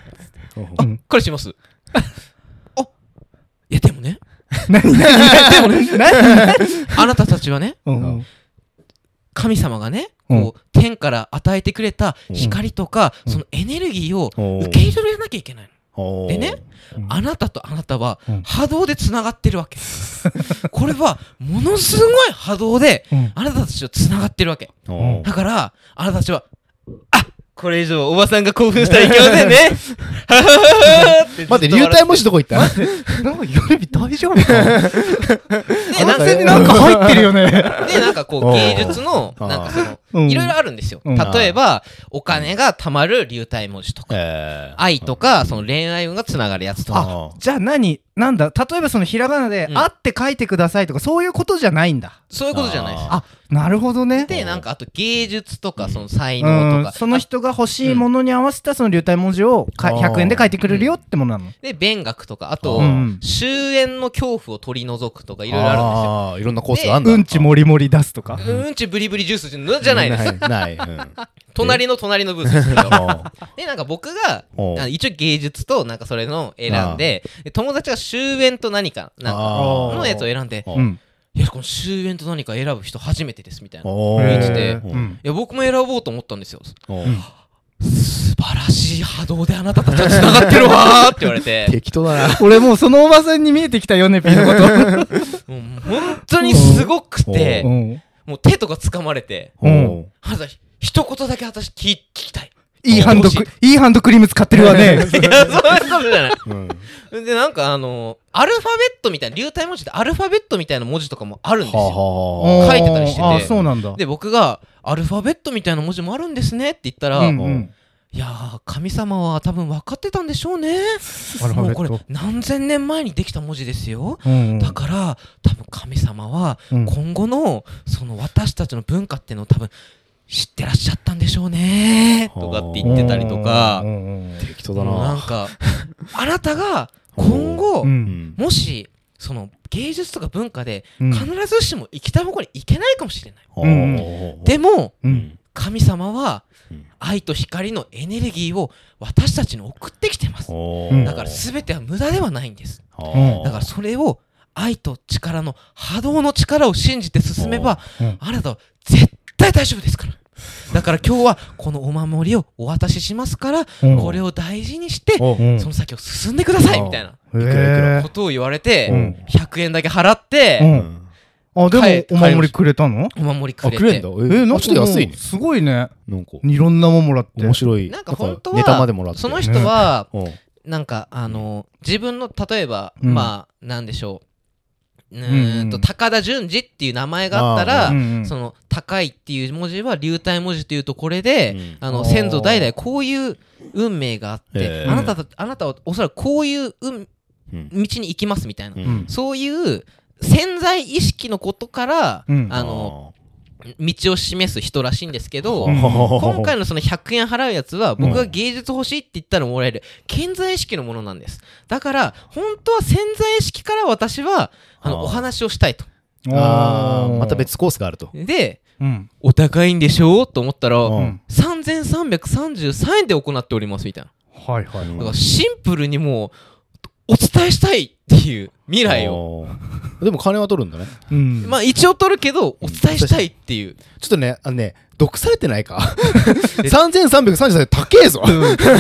Speaker 2: あ、彼氏います。あ、いや、でもね、
Speaker 3: 何何何何
Speaker 2: あなたたちは ね、
Speaker 3: うんうん
Speaker 2: 神様がね、
Speaker 3: うん
Speaker 2: こう、天から与えてくれた光とか、そのエネルギーを
Speaker 1: おう
Speaker 2: 受け入れなきゃいけないの。
Speaker 1: おう
Speaker 2: でね
Speaker 3: うん
Speaker 2: あなたとあなたは
Speaker 3: うん
Speaker 2: 波動でつながってるわけ。これは、ものすごい波動で
Speaker 3: うん、
Speaker 2: あなたたちとつながってるわけ。
Speaker 1: おう
Speaker 2: だから、あなたたちは、あこれ以上おばさんが興奮したらいけませんね。ははははってずっ
Speaker 1: 待
Speaker 2: と笑
Speaker 1: っ
Speaker 2: って
Speaker 1: 流体文字どこ行った
Speaker 3: なんか夜日大丈夫か
Speaker 2: でなんか
Speaker 3: 全然なんか入ってるよね。
Speaker 2: で、なんかこ
Speaker 1: お
Speaker 2: う、
Speaker 1: う
Speaker 2: 芸術の、なんかそ
Speaker 3: うん
Speaker 2: の、いろいろあるんですよ。
Speaker 3: うん
Speaker 2: 例えば、お金が貯まる流体文字とか、
Speaker 1: えー
Speaker 2: 愛とか、その恋愛運がつながるやつとか。
Speaker 1: あ
Speaker 3: じゃあ何なんだ例えばそのひらがなで「
Speaker 2: うん
Speaker 3: あ」って書いてくださいとかそういうことじゃないんだ。
Speaker 2: そういうことじゃないです
Speaker 1: あ
Speaker 2: か。
Speaker 3: あなるほどね。
Speaker 2: で、なんかあと芸術と
Speaker 1: う
Speaker 2: か、
Speaker 1: ん
Speaker 2: その才
Speaker 3: う
Speaker 2: 能と
Speaker 3: ん
Speaker 2: か。
Speaker 3: その人が欲しいものに合わせたその流体文字をか
Speaker 1: あー
Speaker 3: 100円で書いてくれるよってものなの。
Speaker 2: で、勉学とか、あ
Speaker 1: う
Speaker 2: と
Speaker 3: ん、
Speaker 2: 終焉の恐怖を取り除くとか、いろいろあ
Speaker 1: あーいろんなコースがあんだ
Speaker 3: うんちもりもり出すとか
Speaker 2: るん。ですよ。うんちブリブリジュースじゃじゃないです。
Speaker 1: ないないうん
Speaker 2: 隣の隣のブースですけど。で、なんか僕が、
Speaker 1: おう
Speaker 2: あの一応芸術と、なんかそれの選んで、で友達が終焉と何か、なんか、
Speaker 1: あー
Speaker 2: のやつを選んで、
Speaker 1: お
Speaker 3: うん。
Speaker 2: いや、この終焉と何か選ぶ人初めてですみたいな。い
Speaker 1: お
Speaker 3: へ
Speaker 1: ー
Speaker 3: ー
Speaker 2: 言ってて
Speaker 1: う
Speaker 3: うんん
Speaker 2: や、僕も選ぼうと思ったんですよ。
Speaker 1: おう
Speaker 2: 素晴らしい波動であなたたちは繋がってるわーって言わ れて
Speaker 1: 適当だな。
Speaker 3: 俺もうそのおばさんに見えてきたよね、ピーのこ
Speaker 2: もう本当にすごくて
Speaker 3: と。うん。
Speaker 2: もう手とか掴まれて
Speaker 3: うん
Speaker 1: おう
Speaker 2: あなた一言だけ私聞聞 きたい
Speaker 3: いいハンドク、いいハンドクリーム使ってるわね。
Speaker 2: いやそういうことじゃない
Speaker 1: うん
Speaker 2: でなんかあのアルファベットみたいな流体文字でアルファベットみたいな文字とかもあるんです
Speaker 1: はあ
Speaker 2: よ
Speaker 1: はあは
Speaker 2: 書いてたりしてて
Speaker 3: あー、そうなんだ。
Speaker 2: で僕が「アルファベットみたいな文字もあるんですね」って言ったら、
Speaker 3: うん
Speaker 2: い
Speaker 3: うん
Speaker 2: やー神様は多分分かってたんでしょうね
Speaker 3: アルファ
Speaker 2: も
Speaker 3: ベ
Speaker 2: う
Speaker 3: ッ
Speaker 2: これ
Speaker 3: ト
Speaker 2: 何千年前にできた文字ですよ
Speaker 3: うんうん
Speaker 2: だから多分神様は
Speaker 3: うん
Speaker 2: 今後のその私たちの文化っていうのを多分知ってらっしゃったんでしょうねとかって言ってたりとか
Speaker 3: う、んうんうん
Speaker 1: あ。適当だ
Speaker 2: もうなん
Speaker 1: な。
Speaker 2: かあなたが今後、
Speaker 3: うん
Speaker 1: うん
Speaker 2: もしその芸術とか文化で
Speaker 3: うん
Speaker 2: 必ずしも行きたい方向に行けないかもしれない、
Speaker 1: はあ
Speaker 3: うん
Speaker 2: でも
Speaker 3: う
Speaker 1: うんん
Speaker 2: 神様は
Speaker 1: うん
Speaker 2: 愛と光のエネルギーを私たちに送ってきてます
Speaker 1: お
Speaker 3: う
Speaker 1: うん
Speaker 2: だから全ては無駄ではないんです
Speaker 1: はあ
Speaker 2: だからそれを愛と力の波動の力を信じて進めば
Speaker 3: うん
Speaker 2: あなたは絶対大丈夫ですからだから今日はこのお守りをお渡ししますから
Speaker 3: うん
Speaker 2: これを大事にして
Speaker 1: おう
Speaker 3: うん
Speaker 2: その先を進んでくださいみたいな
Speaker 3: へ
Speaker 1: くら
Speaker 3: え
Speaker 2: ことを言われ
Speaker 1: う
Speaker 2: て
Speaker 1: ん
Speaker 2: 100円だけ払っ
Speaker 3: う
Speaker 2: て
Speaker 3: んあでも
Speaker 2: 帰
Speaker 3: お守りくれたの
Speaker 2: お守りく
Speaker 1: あ、
Speaker 2: れ
Speaker 1: くれん
Speaker 2: て
Speaker 1: だ。
Speaker 3: え
Speaker 1: え、なん
Speaker 3: な
Speaker 1: ん
Speaker 3: か
Speaker 1: かちょっと安いね。
Speaker 3: すごいね
Speaker 1: なんか、
Speaker 3: いろんなもんもらって
Speaker 1: 面白い。
Speaker 2: なんか本当
Speaker 1: ネタま
Speaker 2: は
Speaker 1: でもらって。
Speaker 2: その人は
Speaker 1: うん、うん
Speaker 2: なんかあの自分の例えば
Speaker 3: うん
Speaker 2: まあなんでしょうう
Speaker 3: うん
Speaker 2: ーんと高田純次っていう名前があった
Speaker 1: あ
Speaker 2: ら
Speaker 3: うんうん
Speaker 2: その高いっていう文字は流体文字というとこれ
Speaker 1: う
Speaker 2: で、
Speaker 1: ん
Speaker 2: あ
Speaker 3: あ
Speaker 2: の
Speaker 3: ー
Speaker 2: 先祖代々こういう運命があって、
Speaker 1: ええ
Speaker 2: あなたとあなたはおそらくこういう運道
Speaker 1: うん
Speaker 2: に行きますみたいな、
Speaker 1: うん
Speaker 2: そういう潜在意識のことから、
Speaker 3: うん
Speaker 2: あの道を示す人らしいんですけど、
Speaker 3: うん
Speaker 2: 今
Speaker 1: 今
Speaker 2: 回のその100円払うやつは僕
Speaker 3: う
Speaker 2: が
Speaker 3: ん
Speaker 2: 芸術欲しいって言ったらもらえる顕在意識のものなんですだから本当は潜在意識から私はあ
Speaker 1: あ
Speaker 2: の
Speaker 1: ー
Speaker 2: お話をしたいと
Speaker 1: あ
Speaker 3: お
Speaker 1: ー
Speaker 3: ー
Speaker 1: また別コースがあると。
Speaker 2: で
Speaker 3: うん
Speaker 2: お高いんでしょうと思ったら
Speaker 1: うん
Speaker 3: うん
Speaker 2: 3333円で行っておりますみたいな
Speaker 3: はいはい
Speaker 2: だからシンプルにもうお伝えしたいっていう未来を
Speaker 1: を。でも金は取るんだね。
Speaker 3: うん
Speaker 2: まあ一応取るけどお伝えしたいっていう
Speaker 1: ちょっとね、あのね、毒されてないか。3333円高えぞ。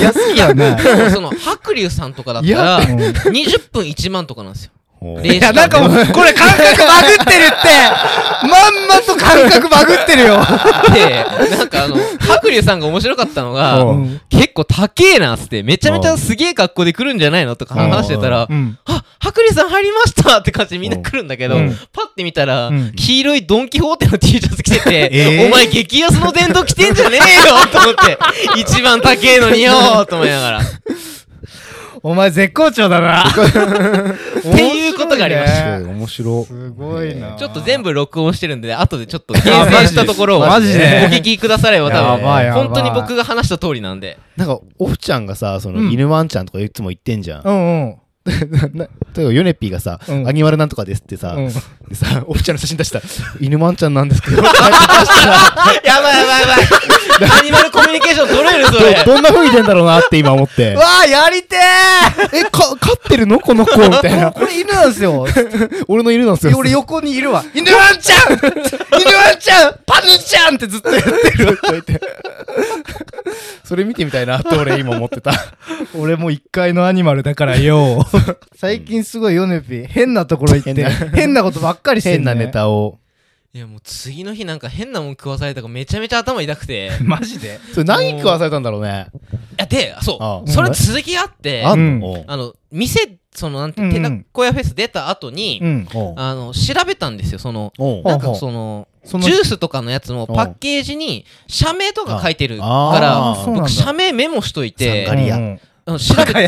Speaker 3: 安いやな
Speaker 2: でもその白龍さんとかだったら
Speaker 3: いや
Speaker 2: 20分1万とかなんですよ
Speaker 1: で
Speaker 2: レ
Speaker 3: いや
Speaker 2: ー
Speaker 3: なんかもうこ れ感覚バグってるって まんまと感覚バグってるよ
Speaker 2: で、 なんかあの、白龍さんが面白かったのが、
Speaker 1: うん
Speaker 2: 結構高えなっつって、めちゃめちゃすげえ格好で来るんじゃないのとか
Speaker 1: うん
Speaker 2: 話してたら、
Speaker 3: うん
Speaker 2: あ、白龍さん入りましたって感じでみんな来るんだけど、
Speaker 3: うん
Speaker 2: パッて見たら、
Speaker 3: うん
Speaker 2: 黄色いドンキホーテの T シャツ着て て、
Speaker 1: えー
Speaker 2: お前激安の電動着てんじゃねえよと思って、一番高えのによーと思いながら。っ
Speaker 3: お前絶好調だな
Speaker 2: ていうことがありました。
Speaker 1: 面白い。
Speaker 3: すごいな
Speaker 2: ちょっと全部録音してるんで、後でちょっと厳選したところを、
Speaker 3: マジで
Speaker 2: お聞きくだされば多
Speaker 3: やばいや
Speaker 2: 分、
Speaker 3: ばい
Speaker 2: 本当に僕が話した通りなんで。
Speaker 1: なんか、オフちゃんがさ、その、
Speaker 3: うん
Speaker 1: 犬ワンちゃんとかいつも言ってんじゃん。
Speaker 3: うんうん
Speaker 1: な例えば、ヨネピーがさ、
Speaker 3: うん
Speaker 1: アニマルなんとかですってさ、
Speaker 3: うん
Speaker 1: でさ、オフちゃんの写真出したら、犬ワンちゃんなんですけど、ど
Speaker 2: やばいやばいやばい。アニマルコミュニケーション取れるそれ。
Speaker 1: どんな風に出んだろうなって今思って。
Speaker 3: わあやりてえ
Speaker 1: え、か、飼ってるのこの子みたいな。
Speaker 3: これ犬なんすよ
Speaker 1: 俺の犬なんですよ。
Speaker 3: 俺横にいるわ 犬ワンちゃん犬ワンちゃんパヌちゃんってずっとやってる
Speaker 1: それ見てみたいなって俺今思ってた。
Speaker 3: 俺も一階のアニマルだからよ 最近すごいヨネピ変なところ行って
Speaker 1: 変な
Speaker 3: 変なことばっかりしてん
Speaker 1: 変
Speaker 3: ね
Speaker 1: なネタを。
Speaker 2: いやもう次の日なんか変なもん食わされたからめちゃめちゃ頭痛くて。い
Speaker 3: マジで
Speaker 1: それ何食わされたんだろうね。
Speaker 2: やで、
Speaker 1: あ
Speaker 2: そ
Speaker 1: あ
Speaker 2: う。それ続きがあって、
Speaker 1: あ
Speaker 2: あ
Speaker 1: んの、
Speaker 3: う
Speaker 2: の、店、そのなんて、
Speaker 3: うんうん
Speaker 2: 手だ小屋フェス出た後に、
Speaker 3: ん
Speaker 1: おう
Speaker 2: あの、調べたんですよ、その、
Speaker 1: おう
Speaker 3: あ
Speaker 2: なんかその、
Speaker 3: その
Speaker 2: ジュースとかのやつも
Speaker 1: うん
Speaker 2: パッケージに社名とか書いてる
Speaker 1: あ
Speaker 2: か
Speaker 1: ー
Speaker 3: そ
Speaker 2: ら、
Speaker 3: うなんだ
Speaker 2: 僕社名メモしといて
Speaker 1: サンガ、リア
Speaker 3: うん
Speaker 2: あの調べ、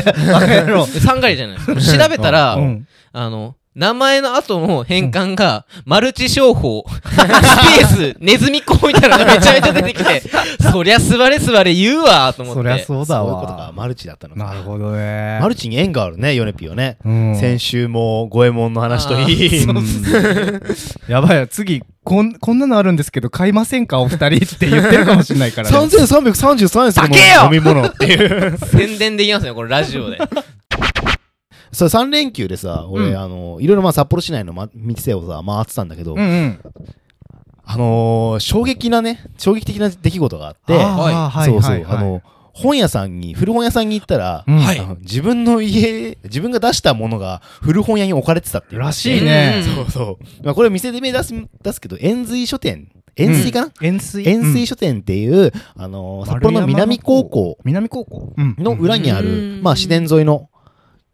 Speaker 2: サンガリじゃない です。調べたら
Speaker 3: う、ん
Speaker 2: あの、名前の後の変換が、マルチ商法、スペース、ネズミ子みたいなのがめちゃめちゃ出てき て、そりゃすわれすわれ言うわと思って。
Speaker 3: そりゃそうだ
Speaker 1: そういう
Speaker 3: わ
Speaker 1: ことか。マルチだったのか。
Speaker 3: なるほどね
Speaker 1: マルチに縁があるね、ヨネピーはね。
Speaker 3: うん
Speaker 1: 先週も五右衛門の話といい。
Speaker 3: うん やばいよ次こんこんなのあるんですけど買いませんかお二人って言ってるかもしれない からね
Speaker 1: 3333円するもの飲み物っていう。
Speaker 2: 宣伝できますね、これラジオで。
Speaker 1: そう、3連休でさ、俺、
Speaker 3: うん
Speaker 1: あの、いろいろまあ札幌市内のま店をさ、回ってたんだけど、
Speaker 3: うんうん
Speaker 1: あのー、衝撃なね、衝撃的な出来事があって、
Speaker 3: あー
Speaker 2: はい
Speaker 3: はい
Speaker 1: そうそう、
Speaker 3: はいはい
Speaker 1: あの、本屋さんに古本屋さんに行ったら、
Speaker 3: うん
Speaker 2: はい
Speaker 1: あの自分の家自分が出したものが古本屋に置かれてたっていう
Speaker 3: ら しいね
Speaker 2: うん
Speaker 1: そうそう、まあ、これ店で目出す出すけど円髄書店円髄かな、
Speaker 3: 円錐
Speaker 1: 円錐書店っていう、あのー札
Speaker 3: 丸
Speaker 1: 幌
Speaker 3: 山
Speaker 1: の南高校
Speaker 3: 南高校うん
Speaker 1: の裏にあ
Speaker 2: う
Speaker 1: る、
Speaker 2: ん
Speaker 1: まあ、市電沿いの,、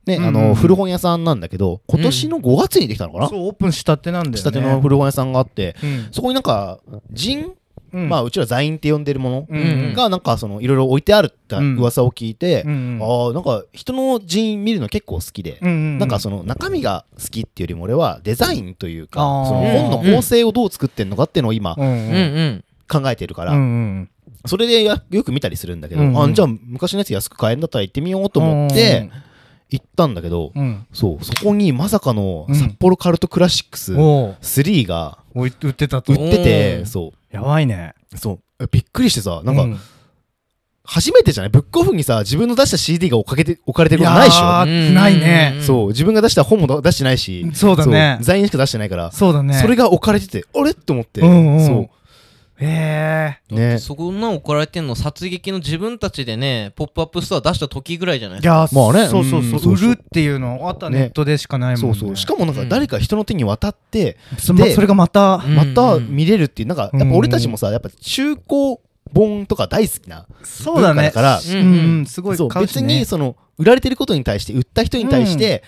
Speaker 1: ね
Speaker 3: うん
Speaker 1: あのー古本屋さんなんだけど今年の5月にできたのかな、
Speaker 3: そうオープンしたってなんだよね
Speaker 1: 下手の古本屋さんがあって
Speaker 3: うん
Speaker 1: そこになんか陣、
Speaker 3: うん
Speaker 1: まあうちら座員って呼んでるも
Speaker 3: うん
Speaker 2: うん
Speaker 1: のがなんかそのいろいろ置いてあるって
Speaker 3: うん
Speaker 1: 噂を聞いて、
Speaker 3: うんうん
Speaker 1: ああなんか人の陣見るの結構好きで、
Speaker 3: な
Speaker 1: なんかその中身が好きっていうよりも俺はデザインというか
Speaker 3: あー
Speaker 1: その本の構成をどう作ってんのかっていうのを今
Speaker 3: うん
Speaker 2: うんうん
Speaker 1: 考えてるか
Speaker 3: う
Speaker 1: ら、
Speaker 3: ん
Speaker 1: それでやよく見たりするんだけど、
Speaker 3: うんうん
Speaker 1: あじゃあ昔のやつ安く買えんだったら行ってみようと思って行ったんだけど、
Speaker 3: うん
Speaker 1: そうそこにまさかの
Speaker 3: うん
Speaker 1: 札幌カルトクラシックス
Speaker 3: お
Speaker 1: 3が
Speaker 3: お売ってたと
Speaker 1: 売って
Speaker 2: お
Speaker 1: て
Speaker 2: ー
Speaker 1: そ
Speaker 3: やばいね
Speaker 1: うそうびっくりしてさなん
Speaker 3: う
Speaker 1: か初めてじゃないブックオフにさ自分の出した CD が置かけて置かれてることないでし
Speaker 3: い
Speaker 1: ょ
Speaker 3: やあ
Speaker 2: うん
Speaker 3: ないね
Speaker 2: うん
Speaker 1: そう自分が出した本も出してないし
Speaker 3: そうだね
Speaker 1: そう在員しか出してないから
Speaker 3: そうだね
Speaker 1: それが置かれててあれと思って
Speaker 3: うんうん
Speaker 1: そ
Speaker 3: へ
Speaker 1: うね
Speaker 2: そこな怒られてんの殺撃の自分たちでねポップアップストア出した時ぐらいじゃな
Speaker 3: え
Speaker 2: い
Speaker 3: いや
Speaker 1: まあね
Speaker 3: そうそうそう
Speaker 1: うん
Speaker 3: 売るっていうのあったネットでしかないもん
Speaker 1: そう
Speaker 3: ね
Speaker 1: そうしかもなん
Speaker 2: う
Speaker 1: か
Speaker 2: ん
Speaker 1: 誰か人の手に渡って
Speaker 3: そま
Speaker 1: で
Speaker 3: それがまた
Speaker 2: うん
Speaker 1: また見れるっていうなんかやっぱ俺たちもさやっぱ中古本とか大好きな
Speaker 3: そうだ
Speaker 1: 文
Speaker 3: ね
Speaker 1: 化だから
Speaker 3: うんうんすごい
Speaker 1: そう
Speaker 3: 買うし
Speaker 1: 別に
Speaker 3: ね
Speaker 1: その売られてることに対して売った人に対して、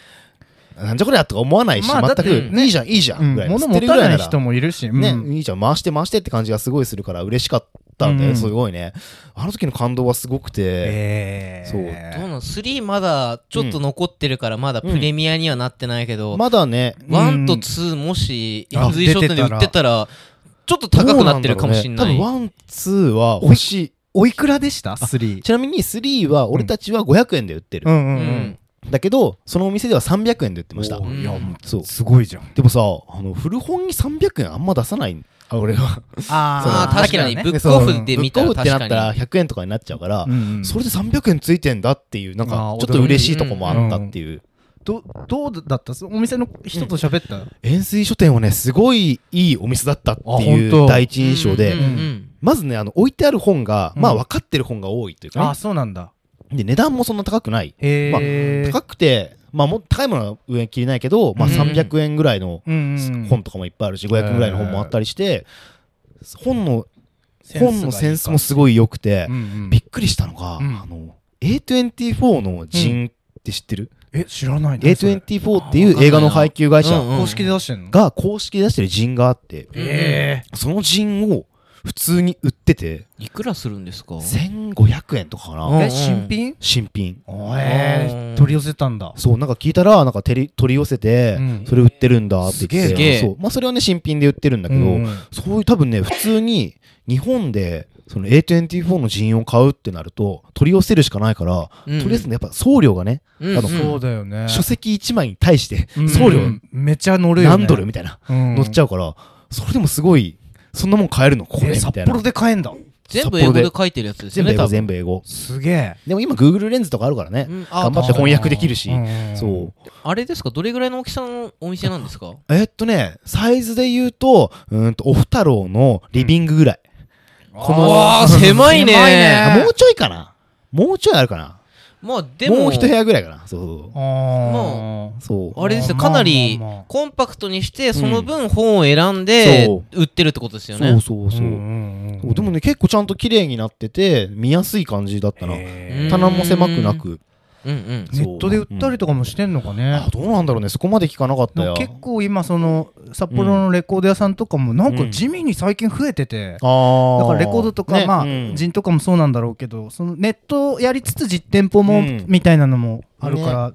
Speaker 1: なんじゃこりゃとか思わないし、
Speaker 3: まあだって
Speaker 1: 全く、
Speaker 3: ね
Speaker 1: いいじゃんいいじゃ
Speaker 3: うん
Speaker 1: んぐらい、
Speaker 3: 物
Speaker 1: 捨
Speaker 3: 持
Speaker 1: てるぐ
Speaker 3: た
Speaker 1: ら
Speaker 3: ないい
Speaker 1: ら
Speaker 3: 人もいるし
Speaker 1: ね、
Speaker 3: うん
Speaker 1: いいじゃん回して回してって感じがすごいするから嬉しかったんだよ、
Speaker 3: うん
Speaker 1: すごいねあの時の感動はすごくて、
Speaker 3: ええ
Speaker 1: そう
Speaker 2: どうなん3まだちょっと残ってるからまだプレミアにはなってないけど、
Speaker 1: まだね
Speaker 2: 1と2もし
Speaker 3: あ
Speaker 2: 円髄書店で売ってたらちょっと高くなってるかもしんない
Speaker 1: どうなんだろうね多分ワンツーは欲しい
Speaker 3: おいくらでした3
Speaker 1: ちなみに3は俺たちは500円で売ってる、
Speaker 3: ん
Speaker 2: うん
Speaker 1: だけどそのお店では300円で売ってました
Speaker 3: おーいやも
Speaker 1: そう
Speaker 3: すごいじゃん
Speaker 1: でもさあの古本に300円あんま出さないあ俺はそう
Speaker 2: ああ確かに
Speaker 3: ね
Speaker 2: ブックオフで
Speaker 1: ブ
Speaker 2: 見
Speaker 1: ッ
Speaker 2: た
Speaker 1: クオ
Speaker 2: ら
Speaker 1: フってな
Speaker 2: 確
Speaker 1: った
Speaker 2: からに
Speaker 1: 100円とかになっちゃうから、
Speaker 3: うんうん
Speaker 1: それで300円ついてんだっていうなん
Speaker 3: あ
Speaker 1: か
Speaker 3: ー
Speaker 1: ちょっと嬉しいとこもあったっていう、
Speaker 3: どどうだったそのお店の人と喋った
Speaker 1: 円錐書店はねすごいいいお店だったって
Speaker 3: あ
Speaker 1: い
Speaker 3: 本当
Speaker 1: う第一印象で、
Speaker 2: うんうん
Speaker 1: まずねあの置いてある本が、
Speaker 3: うん
Speaker 1: まあ分かってる本が多いというか
Speaker 3: あ
Speaker 1: ね、
Speaker 3: そうなんだ
Speaker 1: で値段もそんな高くない
Speaker 3: へえ
Speaker 1: 高くてまあもう高いものは上に切れないけど、まあ、
Speaker 2: うん
Speaker 1: 300円ぐらいの
Speaker 3: うんうん
Speaker 1: 本とかもいっぱいあるし500円ぐらいの本もあったりして、本の本のセンスもすごい良くて、
Speaker 3: うんうん
Speaker 1: びっくりしたのが、
Speaker 3: うん
Speaker 1: あの A24 の陣って知ってる、
Speaker 3: え知らないねそれ
Speaker 1: A24 っていう映画の配給会
Speaker 2: うんうん
Speaker 1: 社
Speaker 3: 公式で出してんの
Speaker 1: が公式で出してる陣があって、
Speaker 3: え
Speaker 1: その陣を普通に売ってて、
Speaker 2: いくらするんですか
Speaker 1: 1500円とかかな、
Speaker 2: うん
Speaker 3: え新品
Speaker 1: 新品。
Speaker 3: おえ取り寄せたんだ
Speaker 1: そう、なんか聞いたら、なんか手に取り寄せて
Speaker 3: うん、
Speaker 1: それ売ってるんだって言っ
Speaker 2: す
Speaker 1: て、
Speaker 2: げえ
Speaker 1: そうまあ、それはね、新品で売ってるんだけど、
Speaker 3: うんうん
Speaker 1: そういう多分ね、普通に日本で、その A24 の陣を買うってなると、取り寄せるしかないから、
Speaker 2: うん
Speaker 1: とりあえずね、やっぱ送料がね、
Speaker 2: うん
Speaker 1: あの
Speaker 3: そうだよね
Speaker 1: 書籍1枚に対して
Speaker 3: うん
Speaker 1: 送料
Speaker 3: うんめっちゃ乗るよね
Speaker 1: 何ドルみたいな乗
Speaker 3: 乗
Speaker 1: っちゃうからそれでもすごいそんなもん買えるのこれ
Speaker 3: え
Speaker 1: み
Speaker 3: 札
Speaker 1: たいな
Speaker 3: 幌で買えんだ
Speaker 2: 全部英語
Speaker 1: 札
Speaker 2: で
Speaker 1: 幌
Speaker 2: 書いてるやつです
Speaker 1: 全部
Speaker 2: よね
Speaker 1: 英語
Speaker 2: 多分
Speaker 1: 全部英語
Speaker 3: すげえ
Speaker 1: でも今 Google レンズとかあるからね
Speaker 2: うんあ
Speaker 1: 頑張って翻訳できるし
Speaker 3: うんうんうん
Speaker 1: そう
Speaker 2: あれですかどれぐらいの大きさのお店なんですか
Speaker 1: えーっとねサイズで言うとうーんとオフ太郎のリビングぐらいこの
Speaker 2: あー狭いね
Speaker 3: 狭い
Speaker 1: あ
Speaker 3: ね
Speaker 1: もうちょいかなもうちょいあるかな
Speaker 2: まあで
Speaker 1: も
Speaker 2: も
Speaker 1: う一部屋ぐらいかなそうそ
Speaker 3: あ
Speaker 1: うそう
Speaker 2: あれですよ
Speaker 3: まあ
Speaker 2: かなり
Speaker 3: まあまあ
Speaker 2: コンパクトにしてその分本を選んで
Speaker 1: そ
Speaker 2: 売ってるってことですよ
Speaker 1: そう
Speaker 2: ね
Speaker 1: そう
Speaker 3: ー
Speaker 1: そう
Speaker 3: うんうん
Speaker 1: そうでもね結構ちゃんと綺麗になってて見やすい感じだったな
Speaker 3: へー
Speaker 1: 棚も狭くなく
Speaker 2: うんうん
Speaker 1: そう
Speaker 3: ネットで売ったりとかもしてんのかね
Speaker 1: あどうなんだろうねそこまで聞かなかった
Speaker 3: なん
Speaker 1: よ
Speaker 3: か結構今その札幌のレコード屋さんとかもなんか地味に最近増えてて、
Speaker 1: あ
Speaker 3: だからレコードとか、まあ、
Speaker 1: 人
Speaker 3: 人とかもそうなんだろうけどそのネットやりつつ実店舗も、
Speaker 1: うん
Speaker 3: みたいなのもあるから、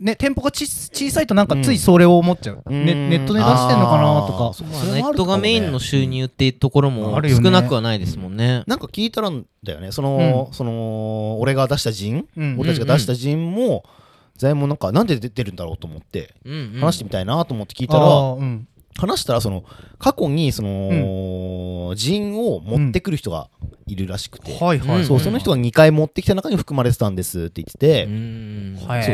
Speaker 3: ね店舗がち小さいとなんかついそれを思っちゃう、
Speaker 1: うん
Speaker 3: ねネットで出してんのかな
Speaker 1: あ
Speaker 3: とか
Speaker 1: ーそう
Speaker 2: まあ
Speaker 1: それ
Speaker 2: ネ
Speaker 1: もあ
Speaker 2: ッ
Speaker 1: るか
Speaker 2: ト
Speaker 1: もね
Speaker 2: がメインの収入っていうところも
Speaker 3: あるよ
Speaker 2: 少
Speaker 3: ね
Speaker 2: なくはないですもんね
Speaker 1: なんか聞いたらんだよねその、その俺が出した陣、
Speaker 3: うん
Speaker 1: 俺たちが出した陣も財務なんかなんで出てるんだろうと思って
Speaker 2: うんうん
Speaker 1: 話してみたいなと思って聞いたら、
Speaker 3: あーうん
Speaker 1: 話したらその過去にその、陣を持ってくる人がいるらしくて、
Speaker 3: はいはい、
Speaker 2: うん
Speaker 1: そうその人が2回持ってきた中に含まれてたんですって言ってて
Speaker 2: う、ん
Speaker 3: はい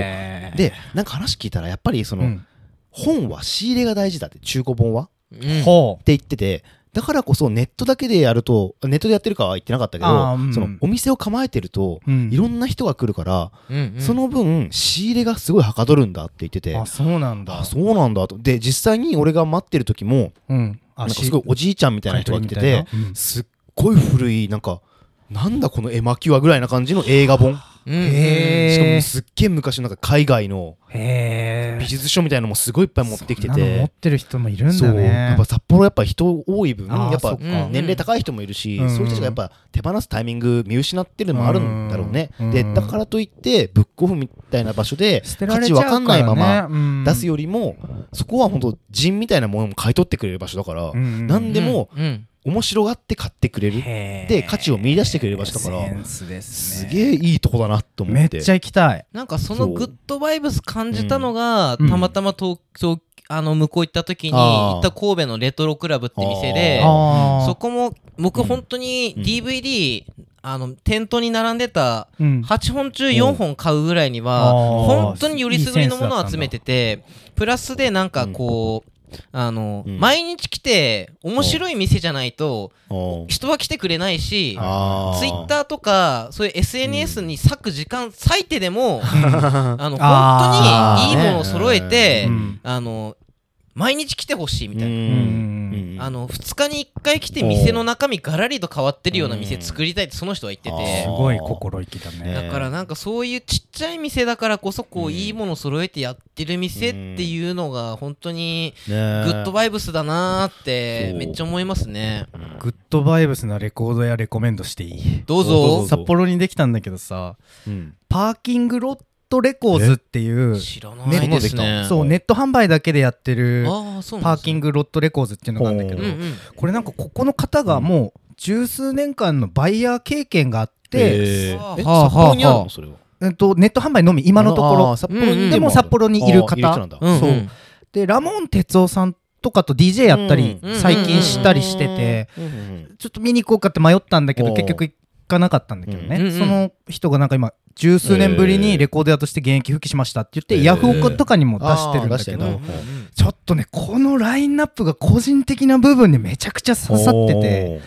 Speaker 1: でなんか話聞いたらやっぱりその、
Speaker 3: うん
Speaker 1: 本は仕入れが大事だって中古本は
Speaker 2: うん
Speaker 3: ほ
Speaker 1: って言っててだからこそネットだけでやると、ネットでやってるかは言ってなかったけど、
Speaker 3: あーうん
Speaker 1: そのお店を構えてると、
Speaker 3: うん
Speaker 1: いろんな人が来るから、
Speaker 2: うんうん
Speaker 1: その分仕入れがすごいはかどるんだって言ってて、
Speaker 3: あそうなんだ
Speaker 1: あそうなんだと。で、実際に俺が待ってる時も、
Speaker 3: うん
Speaker 1: な
Speaker 3: あ
Speaker 1: んかすごいおじいちゃんみたいな人が来てて、すっごい古い、なんか、なんだこの絵巻はぐらいな感じの映画本。
Speaker 2: うんうん
Speaker 3: へー
Speaker 1: しかもすっげえ昔のなんか海外の
Speaker 3: へえ
Speaker 1: 美術書みたいなのもすごいいっぱい持ってきて。
Speaker 3: 持っててる人もいるん
Speaker 1: そ
Speaker 3: だ
Speaker 1: うや
Speaker 3: ね
Speaker 1: っぱ札幌やっぱ人多い分
Speaker 3: あー
Speaker 1: やっぱ
Speaker 3: そっか
Speaker 1: 年齢高い人もいるし、
Speaker 3: うん
Speaker 1: そういう人たちがやっぱ手放すタイミング見失ってるのもあるんだろうね、
Speaker 3: うん
Speaker 1: でだからといってブックオフみたいな場所で
Speaker 3: 捨てら
Speaker 1: 価
Speaker 3: れ
Speaker 1: 値
Speaker 3: ちゃう
Speaker 1: わ
Speaker 3: から
Speaker 1: か
Speaker 3: ね
Speaker 1: んないまま
Speaker 3: うん
Speaker 1: 出すよりも、そこは本当人みたいなものも買い取ってくれる場所だから、
Speaker 3: うん
Speaker 1: なんでも
Speaker 2: うん
Speaker 1: 面白がって買ってくれる、
Speaker 3: へー
Speaker 1: で価値を見出してくれる場所だから
Speaker 3: センスです
Speaker 1: す
Speaker 3: ね
Speaker 1: げえいいとこだなと思って
Speaker 3: めっちゃ行きたい
Speaker 2: なんかそ
Speaker 1: そ
Speaker 2: の
Speaker 1: う
Speaker 2: グッドバイブス感じたのが、
Speaker 3: うん
Speaker 2: たまたま東東あの向こう行った時に
Speaker 1: あー
Speaker 2: 行った神戸のレトロクラブって店で
Speaker 1: あ
Speaker 3: あー
Speaker 2: そこも僕本当に
Speaker 1: うん
Speaker 2: DVD、あの店頭に並んでた
Speaker 3: うん
Speaker 2: 8本中4本買うぐらいに
Speaker 3: あ
Speaker 2: は
Speaker 3: ー
Speaker 2: 本当によりすぐりのものを集めててプラスでなんかこう、あの、
Speaker 1: うん
Speaker 2: 毎日来て面白い店じゃないと
Speaker 1: おー
Speaker 2: 人は来てくれないし
Speaker 1: あ
Speaker 2: ツイッターとかそういう SNS に割く時間割いてでも、
Speaker 1: ー
Speaker 2: あの
Speaker 3: あ
Speaker 1: ー
Speaker 2: 本当にいいものを揃え
Speaker 1: ね
Speaker 2: て、
Speaker 3: うん
Speaker 2: あの毎日来てほしいみた
Speaker 3: う
Speaker 2: いな。
Speaker 1: うん
Speaker 3: ん
Speaker 2: あの2日に1回来て店の中身がらりと変わってるような店作りたいってその人は言って
Speaker 1: うん
Speaker 3: す
Speaker 2: て
Speaker 3: ごい心意気だね
Speaker 1: ね
Speaker 2: だからなんかそういうちっちゃい店だからこそこ
Speaker 1: う
Speaker 2: うんいいもの揃えてやってる店っていうのが本当に
Speaker 1: グ
Speaker 2: グッドバイブスだなーっ
Speaker 1: そ
Speaker 2: て
Speaker 1: う
Speaker 2: めっちゃ思いますね
Speaker 3: グッドバイブスなレコードやレコメンドしていい
Speaker 2: ど
Speaker 1: ど
Speaker 2: う
Speaker 1: う
Speaker 2: ぞ
Speaker 1: ぞ
Speaker 3: 札幌にできたんだけどさ
Speaker 1: うん
Speaker 3: パーキングロットレコーズっていう
Speaker 2: 知らないですね
Speaker 3: そうネット販売だけでやってる
Speaker 2: ああそう
Speaker 3: パ
Speaker 2: な
Speaker 3: ー
Speaker 2: んです
Speaker 3: キ
Speaker 2: ね
Speaker 3: ングロットレコーズっていうのがあるんだけど
Speaker 2: うんうん
Speaker 3: これなんかここの方がもう十数年間のバイヤー経験があって
Speaker 1: へーえ
Speaker 2: はあ
Speaker 1: 札
Speaker 2: はあ
Speaker 1: 幌にある
Speaker 2: は
Speaker 1: の
Speaker 2: あ
Speaker 1: それは
Speaker 3: うんとネット販売のみ今のとこ
Speaker 1: あー
Speaker 3: ろ
Speaker 1: 札幌に
Speaker 3: でも札幌にいる
Speaker 1: あー
Speaker 3: 方
Speaker 1: 人なんだ
Speaker 2: うん
Speaker 3: そう
Speaker 2: うん
Speaker 3: でラモン哲夫さんとかと DJ やったり
Speaker 2: うん
Speaker 3: 最近したりしてて
Speaker 1: うんうん
Speaker 3: ちょっと見に行こうかって迷ったんだけ
Speaker 1: お
Speaker 3: ど
Speaker 1: う
Speaker 3: 結局行かなかったんだけど
Speaker 2: うんうん
Speaker 3: ねその人がなんか今十数年ぶり
Speaker 1: えー
Speaker 3: にレコード屋として現役復帰しましたって言って
Speaker 1: えー
Speaker 3: ヤフオクとかにも出してるんだけ
Speaker 1: あー出してんだ
Speaker 3: ど
Speaker 1: うん
Speaker 3: ちょっとねこのラインナップが個人的な部分でめちゃくちゃ刺さってて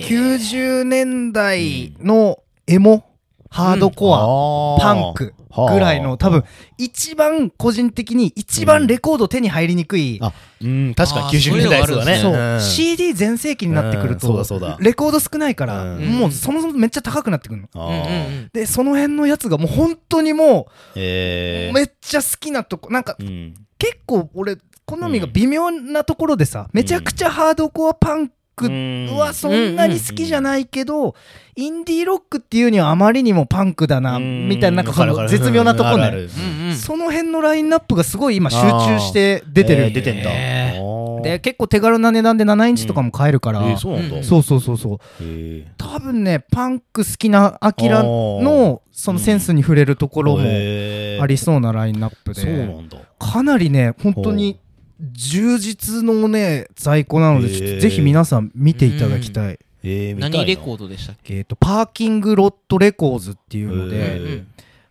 Speaker 3: 90年代のエモハードコア
Speaker 1: ア
Speaker 3: パンクぐらいの多分一番個人的に一番レコード手に入りにくい、
Speaker 1: あうん確かに
Speaker 2: あー
Speaker 1: 90年代そうだね
Speaker 2: そう
Speaker 3: そう、
Speaker 1: ん
Speaker 3: CD 全盛期になってくる
Speaker 1: うんそう
Speaker 3: と
Speaker 1: だそうだ
Speaker 3: レコード少ないから、
Speaker 1: うん
Speaker 3: もうそもそもめっちゃ高くなってくるの。
Speaker 1: あ
Speaker 2: うんうん
Speaker 1: ー
Speaker 2: うん
Speaker 3: でその辺のやつがもう本当にもう
Speaker 1: えー
Speaker 3: めっちゃ好きなとこなんか
Speaker 1: うん
Speaker 3: 結構俺好みが微妙なところでさ、めちゃくちゃハードコアパンクはそんなに好きじゃないけど、インディーロックっていうにはあまりにもパンクだな、
Speaker 1: うん
Speaker 3: みたいななんかそ
Speaker 1: わるわ
Speaker 3: の
Speaker 1: る
Speaker 3: 絶妙なところ
Speaker 1: うん
Speaker 3: ね
Speaker 1: あるある
Speaker 2: うんうん
Speaker 3: その辺のラインナップがすごい今集中して出てる、
Speaker 1: えー出てんだ
Speaker 2: へー
Speaker 1: あー
Speaker 3: で結構手軽な値段で7インチとかも買えるから、
Speaker 1: えーそうなん
Speaker 2: うん
Speaker 1: だ
Speaker 3: そうそうそうそう
Speaker 1: へー
Speaker 3: 多分ねパンク好きなアキラのそのセンスに触れるところも
Speaker 1: へー
Speaker 3: ありそうなラインナップで、
Speaker 1: そうなんだ
Speaker 3: かなりね本当に充実のね在庫なので
Speaker 1: へー
Speaker 3: ちょっとぜひ皆さん見ていただきたい、
Speaker 1: えー見たいな
Speaker 2: 何レコードでしたっけ
Speaker 3: えー、とパーキングロットレコーズっていうの
Speaker 1: へ
Speaker 3: で、
Speaker 1: ー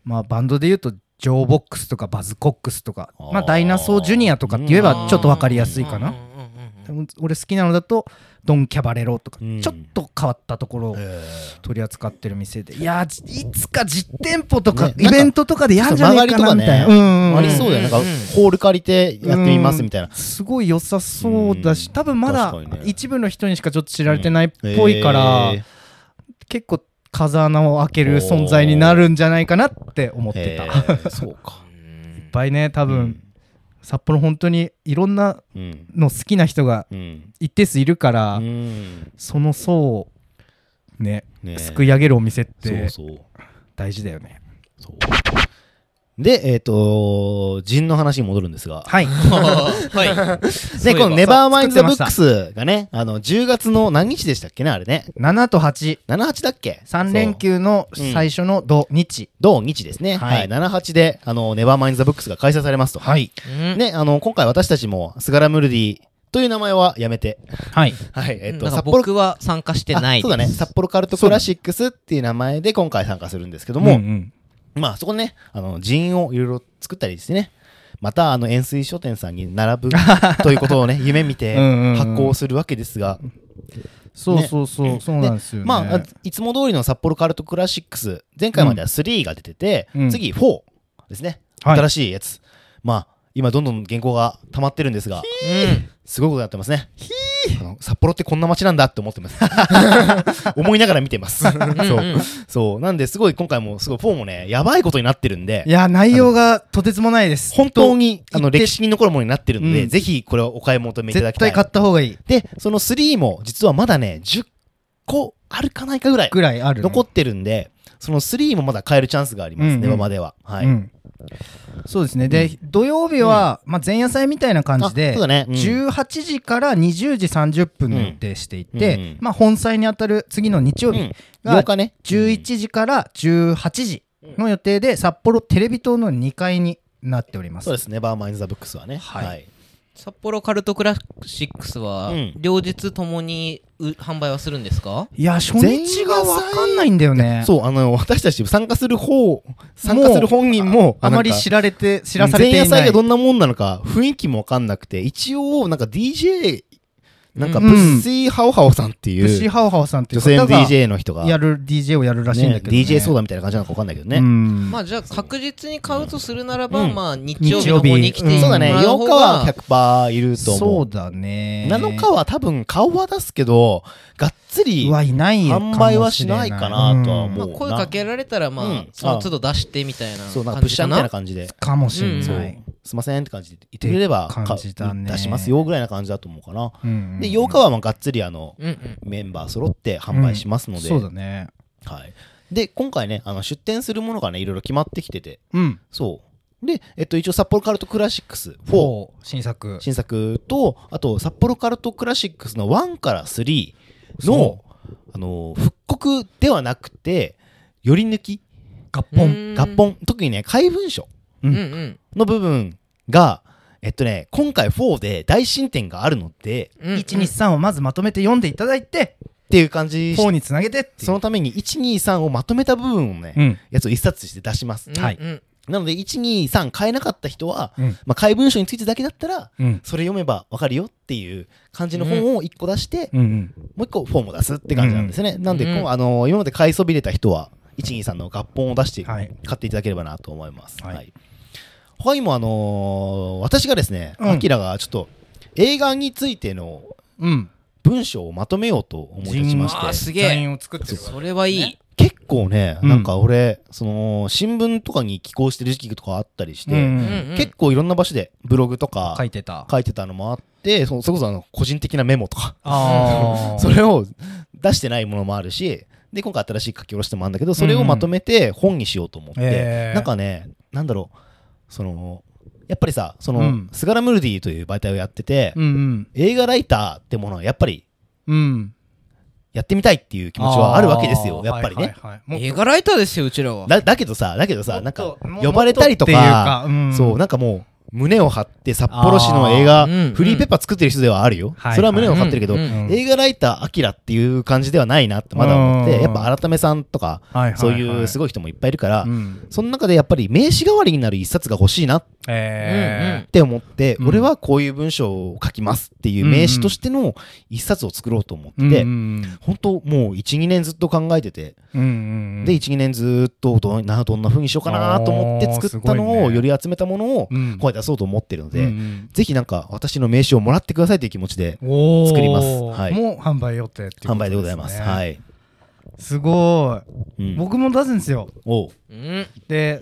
Speaker 3: まあ、バンドで言うとジョーボックスとかバズコックスとか
Speaker 1: あー
Speaker 3: まあ、ダイナソージュニアとかって言えばちょっと分かりやすいか
Speaker 2: うん
Speaker 3: な、
Speaker 2: うんうんうん
Speaker 3: 俺好きなのだとドン・キャバレロとか、
Speaker 1: うん
Speaker 3: ちょっと変わったところを
Speaker 1: え
Speaker 3: 取り扱ってる店でいやーじいつか実店舗とか
Speaker 1: ねなん
Speaker 3: イ
Speaker 1: か
Speaker 3: ベントとかでやんじゃねえかなみたいな、
Speaker 1: ちょっと曲がりとかね
Speaker 3: うんうん
Speaker 1: ーありそうだよねなんかホール借りてやってみますみたいな
Speaker 3: すごい良さそうだし
Speaker 1: うん
Speaker 3: 多分まだ
Speaker 1: 確かにね
Speaker 3: 一部の人にしかちょっと知られてないっぽいから、
Speaker 1: えー
Speaker 3: 結構風穴を開ける存在になるんじゃないかなって思ってた、
Speaker 1: え
Speaker 3: いっ
Speaker 1: ーそうか
Speaker 3: ぱいね多分、札幌本当にいろんな
Speaker 1: うん
Speaker 3: の好きな人が
Speaker 1: うん
Speaker 3: 一定数いるから、
Speaker 1: うん
Speaker 3: その層をね
Speaker 1: ね
Speaker 3: すくい上げるお店っ
Speaker 1: そ
Speaker 3: て
Speaker 1: うそう
Speaker 3: 大事だよね
Speaker 1: そうでえっと陣の話に戻るんですが
Speaker 3: は い
Speaker 2: はい。
Speaker 1: で、このネバーマインドブック
Speaker 3: そ
Speaker 1: スがね、あの、10月の何日でしたっけね、あれね。
Speaker 3: 7と8
Speaker 1: 7、8だっけ
Speaker 3: 3連。
Speaker 1: そう
Speaker 3: 休の
Speaker 1: そううん
Speaker 3: 最初の土日
Speaker 1: 同日ですね。
Speaker 3: はい
Speaker 1: はい。7、8で、あの、ネバーマインドブックスが開催されますと。
Speaker 3: はい
Speaker 2: ね、
Speaker 1: ね、あの、今回私たちも、スガラムルディという名前はやめて、
Speaker 3: はい
Speaker 1: はい、えっと、
Speaker 2: なんか
Speaker 1: 札幌、
Speaker 2: 僕は参加してない
Speaker 1: あそうだね、
Speaker 2: です
Speaker 1: 札幌カルトクラシックスっていう名前で今回参加するんですけども、まあ、そこね、あの、人員をいろいろ作ったりですね。また、あの、円錐書店さんに並ぶということをね、夢見て
Speaker 3: うんうんうん
Speaker 1: 発行するわけですが、
Speaker 3: そうそうそう、
Speaker 1: ね
Speaker 3: そうなんですよね。
Speaker 1: まああ、いつも通りの札幌カルトクラシックス、前回までは3が出てて、
Speaker 3: うん
Speaker 1: 次4ですね。
Speaker 3: はい
Speaker 1: 新しいやつ。まあ、今どんどん原稿が溜まってるんですが、
Speaker 2: うん
Speaker 1: すごいことやってますね。あの札幌ってこんな街なんだって思って ます。思いながら見てます。そう。そう。なんで、すごい今回も、すごい4もね、やばいことになってるんで
Speaker 3: い、や、内容がとてつもないです。
Speaker 1: 本当にあの
Speaker 3: 言って
Speaker 1: 歴史に残るものになってるので、
Speaker 3: うん
Speaker 1: ぜひこれをお買い求めいただ
Speaker 3: 絶
Speaker 1: きたい。
Speaker 3: 対買った方がいい
Speaker 1: で、その3も、実はまだね、10個あるかないかぐらい
Speaker 3: ぐらいあるの。
Speaker 1: 残ってるんで、その3もまだ買えるチャンスがあります
Speaker 3: うん
Speaker 1: ね、
Speaker 3: うん
Speaker 1: 今までは。はい。
Speaker 3: うんそうですね。で、土曜日は、まあ、前夜祭みたいな感じ
Speaker 1: あ
Speaker 3: で
Speaker 1: そう、だね。うん
Speaker 3: 18時から20時30分の予定していて、
Speaker 1: うんうん
Speaker 3: まあ、本祭に当たる次の日曜
Speaker 1: う
Speaker 3: 日
Speaker 1: ん
Speaker 3: が
Speaker 1: 8日ね。
Speaker 3: 11時から18時の予定で札幌テレビ塔の2階になっております。
Speaker 1: そうですね、バーマインズ・ザ・ブックスはね。
Speaker 2: はい
Speaker 1: はい。
Speaker 2: 札幌カルトクラシックスは
Speaker 1: うん
Speaker 2: 両日ともにう販売はするんですか
Speaker 3: いや初日が分かんないんだよね。
Speaker 1: そう、あの、私たち参加する方、参加する本人も、
Speaker 3: あまり知られて知らされていな
Speaker 1: 前
Speaker 3: い。
Speaker 1: 夜祭がどんなもんなのか、雰囲気もわかんなくて、一応、なんか DJ、なんか、
Speaker 3: う
Speaker 1: ブ
Speaker 3: ん
Speaker 1: ッシーハオハオさんってい
Speaker 3: ブシ
Speaker 1: う、
Speaker 3: ハオハオさんってい
Speaker 1: 女
Speaker 3: う
Speaker 1: 性
Speaker 3: 方
Speaker 1: の
Speaker 3: が
Speaker 1: DJ の人が、
Speaker 3: やる DJ をやるらしいんだけど、ね
Speaker 1: ね DJ ソーダみたいな感じなのかわかんないけどね。
Speaker 3: うん
Speaker 2: まあじゃあ確実に買うとするならば、
Speaker 1: うん
Speaker 2: まあ日曜日の方に来て
Speaker 3: 日曜日
Speaker 1: そうだね、
Speaker 2: も
Speaker 1: 4
Speaker 2: らう方
Speaker 1: 日
Speaker 2: が
Speaker 1: は100%いると
Speaker 3: そ
Speaker 1: 思う
Speaker 3: う。だね。
Speaker 1: 7日は多分顔は出すけど、がっつり
Speaker 3: うわいないかも
Speaker 1: 販売はしないかなとは思
Speaker 2: まあ、
Speaker 1: うな
Speaker 2: 声かけられたらまあ、
Speaker 1: うん
Speaker 2: その都度出してみたいな感じか
Speaker 1: そ
Speaker 2: な
Speaker 1: うなんかプッシャーみたいな感じで、
Speaker 3: かもしれ
Speaker 2: うん
Speaker 3: ない。
Speaker 1: すいませんって感じで言ってくれれば、
Speaker 3: って感じだね
Speaker 1: か出しますよぐらいな感じだと思うかな。
Speaker 3: うん
Speaker 1: で、8日はまあがっつりあの、
Speaker 2: うんうん
Speaker 1: メンバー揃って販売しますので、
Speaker 3: そうだね。
Speaker 1: はい。で、今回ね、あの出店するものがね、いろいろ決まってきてて、
Speaker 3: うん。
Speaker 1: そう。で、えっと、一応、札幌カルトクラシックス4、
Speaker 3: 4新作。
Speaker 1: 新作と、あと、札幌カルトクラシックスの1から3の
Speaker 3: そ、
Speaker 1: あの、復刻ではなくて、より抜き、
Speaker 3: 合
Speaker 2: うん
Speaker 3: 本。
Speaker 1: 合本、特にね、怪文書
Speaker 2: うんうん
Speaker 1: の部分が、えっとね、今回4で大進展があるので、
Speaker 2: うんうん
Speaker 3: 123をまずまとめて読んでいただいて、
Speaker 1: っていう感じし
Speaker 3: 4につなげてっていう
Speaker 1: そのために123をまとめた部分をね、
Speaker 3: うん。
Speaker 1: やつを一冊として出します。
Speaker 2: うん
Speaker 3: はい
Speaker 2: うん
Speaker 1: なので、123買えなかった人は、
Speaker 3: うん
Speaker 1: まあ、怪文書についてだけだったら、
Speaker 3: うん。
Speaker 1: それ読めばわかるよっていう感じの本を1個出して、
Speaker 3: うん。
Speaker 1: もう1個フォームを出すって感じなんですね。なんで、こう
Speaker 2: うん
Speaker 1: あのー今まで買いそびれた人は、123の合本を出して、
Speaker 3: はい
Speaker 1: 買っていただければなと思います。は。
Speaker 3: はいい
Speaker 1: 他にも、あのー私がですね、
Speaker 3: うん
Speaker 1: アキラがちょっと映画についての
Speaker 3: うん。
Speaker 1: 文章をまとめようと思い立ちまし
Speaker 2: あー
Speaker 1: て、
Speaker 2: すげ
Speaker 3: ライ
Speaker 2: え
Speaker 3: ンを作ってるから
Speaker 2: それはいい、
Speaker 3: ね
Speaker 1: 結構ね、
Speaker 3: うん
Speaker 1: なんか俺、その、新聞とかに寄稿してる時期とかあったりして、
Speaker 3: うん
Speaker 2: うんうん
Speaker 1: 結構いろんな場所でブログとか
Speaker 3: 書いてた。
Speaker 1: 書いてたのもあってそそれこそあの個人的なメモとか
Speaker 3: あ あ。
Speaker 1: それを出してないものもあるしで今回新しい書き下ろしもあるんだけどそれをまとめて本にしようと思って、
Speaker 3: えー
Speaker 1: なんかねなんだろうそのやっぱりさその、
Speaker 3: うん
Speaker 1: スガラムルディという媒体をやってて、
Speaker 3: うん
Speaker 1: 映画ライターってものはやっぱり
Speaker 3: うん。うん。
Speaker 1: やってみたいっていう気持ちはあるわけですよやっぱりね、
Speaker 3: はいはいはい。もっと
Speaker 2: 映画ライターですようちらは
Speaker 1: だだけどさだけどさなん
Speaker 3: も
Speaker 1: か
Speaker 3: っとも
Speaker 1: 呼ばれたりとか
Speaker 3: もっっていうかん
Speaker 1: そう、なんかもう、胸を張って札幌市の映画、
Speaker 2: あーうん
Speaker 1: フリーペッパー作ってる人ではあるよ。
Speaker 3: はい
Speaker 1: それは胸を張ってるけど、
Speaker 2: うんうん
Speaker 3: うん
Speaker 1: 映画ライター、アキラっていう感じではないなってまだ思って、
Speaker 3: うん
Speaker 1: やっぱ改めさんとか、
Speaker 3: はいはいはい
Speaker 1: そういうすごい人もいっぱいいるから、
Speaker 3: うん
Speaker 1: その中でやっぱり名刺代わりになる一冊が欲しいなっ
Speaker 3: え
Speaker 1: て思って、
Speaker 3: うん
Speaker 1: 俺はこういう文章を書きますっていう名刺としての一冊を作ろうと思って、
Speaker 3: ーうん
Speaker 1: 本当もう1、2年ずっと考えてて、
Speaker 3: うんうん
Speaker 1: で、1、2年ずっとどんなどんな風にしようかなと思って作った
Speaker 3: あーす
Speaker 1: の
Speaker 3: ごい
Speaker 1: を、
Speaker 3: ね
Speaker 1: より集めたものを、
Speaker 3: うん
Speaker 1: 声出そうと思ってるので、
Speaker 3: うん
Speaker 1: ぜひなんか私の名刺をもらってくださいという気持ちで
Speaker 3: うんおー
Speaker 1: 作りますはい
Speaker 3: もう販売予定っていうことすね
Speaker 1: 販売でございます。はい。
Speaker 3: すご
Speaker 1: う
Speaker 3: い
Speaker 1: ん、
Speaker 3: 僕も出すんですよ
Speaker 1: おう
Speaker 2: うん
Speaker 3: で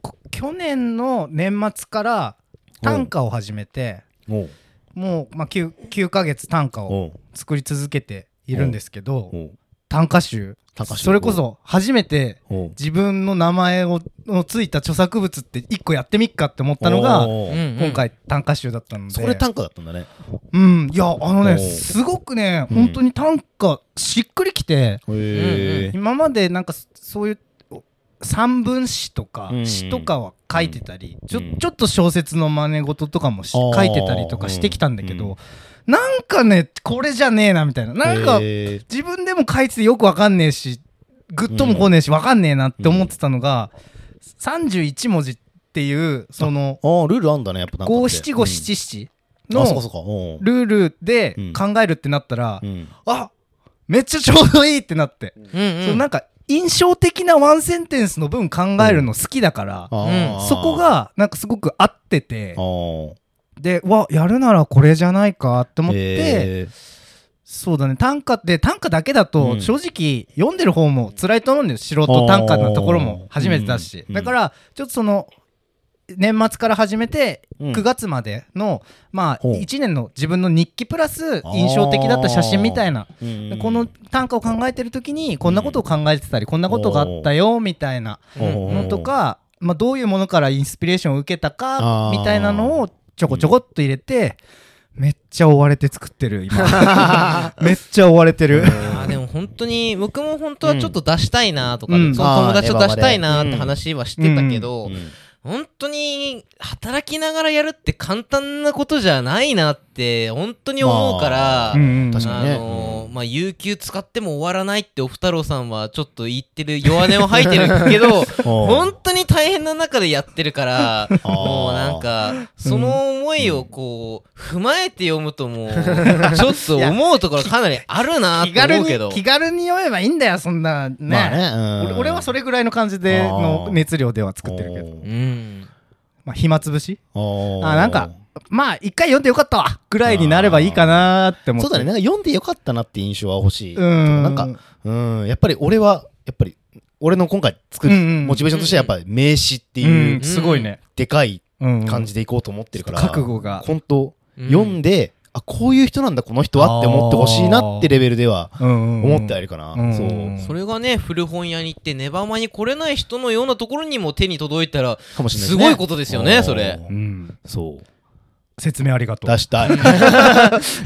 Speaker 3: こ去年の年末から短歌を始めて
Speaker 1: おう
Speaker 3: もう、まあ、9, 9ヶ月短歌を
Speaker 1: おう
Speaker 3: 作り続けているんですけど
Speaker 1: おう
Speaker 3: 短歌集
Speaker 1: 短歌集
Speaker 3: それこそ初めて
Speaker 1: おう
Speaker 3: 自分の名前をのついた著作物って一個やってみっかって思ったのが
Speaker 1: おう
Speaker 2: うんうん
Speaker 3: 今回短歌集だったので
Speaker 1: それ短歌だったんだね。
Speaker 3: うんいやあの
Speaker 1: お
Speaker 3: ね
Speaker 1: う
Speaker 3: すごくね
Speaker 1: うん
Speaker 3: 本当に短歌しっくりきて
Speaker 2: へ
Speaker 1: へえ。
Speaker 3: 今までなんかそそういうお散文詩とか
Speaker 1: うんうん
Speaker 3: 詩とかは書いてたりちょ
Speaker 1: うん
Speaker 3: ちょっと小説の真似事とかもし
Speaker 1: あー
Speaker 3: 書いてたりとかしてきたんだけ
Speaker 1: うん
Speaker 3: どなんかねこれじゃねえなみたいななんか
Speaker 1: へえ
Speaker 3: 自分でも書いててよくわかんねえしグッともこねえしわかんねえなって思ってたのが31文字っていうその
Speaker 1: ああ、ルールあんだね、やっぱなんかって。
Speaker 3: 五七五七七
Speaker 1: あ、そう
Speaker 3: の
Speaker 1: かそうか。うん
Speaker 3: ルールで
Speaker 1: うん
Speaker 3: 考えるってなったら、
Speaker 1: うん。
Speaker 3: あめっちゃちょうどいいってなって、
Speaker 2: うんうん
Speaker 3: そのなんか印象的なワンセンテンスの分考えるの好きだから、
Speaker 1: あー
Speaker 3: そこ、がなんかすごく合ってて
Speaker 1: あー
Speaker 3: でわやるならこれじゃないかって思って、
Speaker 1: え
Speaker 3: そうだね短歌って短歌だけだ
Speaker 1: う
Speaker 3: と
Speaker 1: ん
Speaker 3: 正直読んでる方も辛いと思うんですよ素人短歌なところも初めてだし、
Speaker 1: うん
Speaker 3: だからちょっとその年末から始めて
Speaker 1: うん
Speaker 3: 9月までの、まあ
Speaker 1: ほう
Speaker 3: 1年の自分の日記プラス印象的だった写真みたいな
Speaker 1: ー
Speaker 3: この短歌を考えてる時にこんなことを考えてたりこんなことがあったよみたいなのと、か、まあ、どういうものからインスピレーションを受けたか
Speaker 1: あー
Speaker 3: みたいなのをちょこちょこっと入れて、めっちゃ追われて作って る今めっちゃ追われてる
Speaker 2: あーでも本当に僕も本当はちょっと出したいなとか、
Speaker 3: うん
Speaker 2: その友達と
Speaker 1: うん
Speaker 2: 出したいなって話はしてたけど、
Speaker 1: うん
Speaker 2: 本当に働きながらやるって簡単なことじゃないなって本当に思うから、
Speaker 3: うんうん
Speaker 1: 確か
Speaker 2: あ
Speaker 1: にね
Speaker 2: のーまあ、有給使っても終わらないっておふたろうさんはちょっと言ってる弱音を吐いてる けど本当に大変な中でやってるから
Speaker 1: あー
Speaker 2: もうなんかその思いをこう踏まえて読むともうちょっと思うところかなりあるな
Speaker 3: 気
Speaker 2: って
Speaker 3: 軽
Speaker 2: 思う
Speaker 3: に
Speaker 2: けど
Speaker 3: 気軽に読めばいいんだよそんなね,、
Speaker 1: まあね、
Speaker 3: 俺俺はそ
Speaker 1: れ
Speaker 3: れぐらいの感じでの熱量では作ってるけど、
Speaker 2: うん
Speaker 3: まあ、暇つぶし
Speaker 1: ど
Speaker 3: あなんかまあ一回読んでよかったわぐらいになればいいかなって思って
Speaker 1: そうだね、なんか読んでよかったなって印象は欲しい。
Speaker 3: うん
Speaker 1: なんか、うん、やっぱり俺は、やっぱり、俺の今回作
Speaker 3: うんう
Speaker 1: る
Speaker 3: ん
Speaker 1: モチベーションとしてはやっぱり名詞って
Speaker 3: う、
Speaker 1: いうん
Speaker 3: すごいね、
Speaker 1: でかい
Speaker 3: うん、
Speaker 1: 感じでいこうと思ってるから、
Speaker 3: 覚悟が、
Speaker 1: 本当、
Speaker 2: うん
Speaker 1: 読んで、あ、こういう人なんだ、この人はって思ってほしいなってレベルでは思っ
Speaker 3: 思
Speaker 1: てはいる
Speaker 3: る
Speaker 1: かな。
Speaker 3: うん
Speaker 1: そう。
Speaker 3: うん
Speaker 2: それがね古本屋に行ってネバマに来れない人のようなところにも手に届いたら
Speaker 1: かもしれない
Speaker 2: すごいことですよねそれ。
Speaker 1: うんそう。
Speaker 3: 説明ありがとう
Speaker 1: 出したい。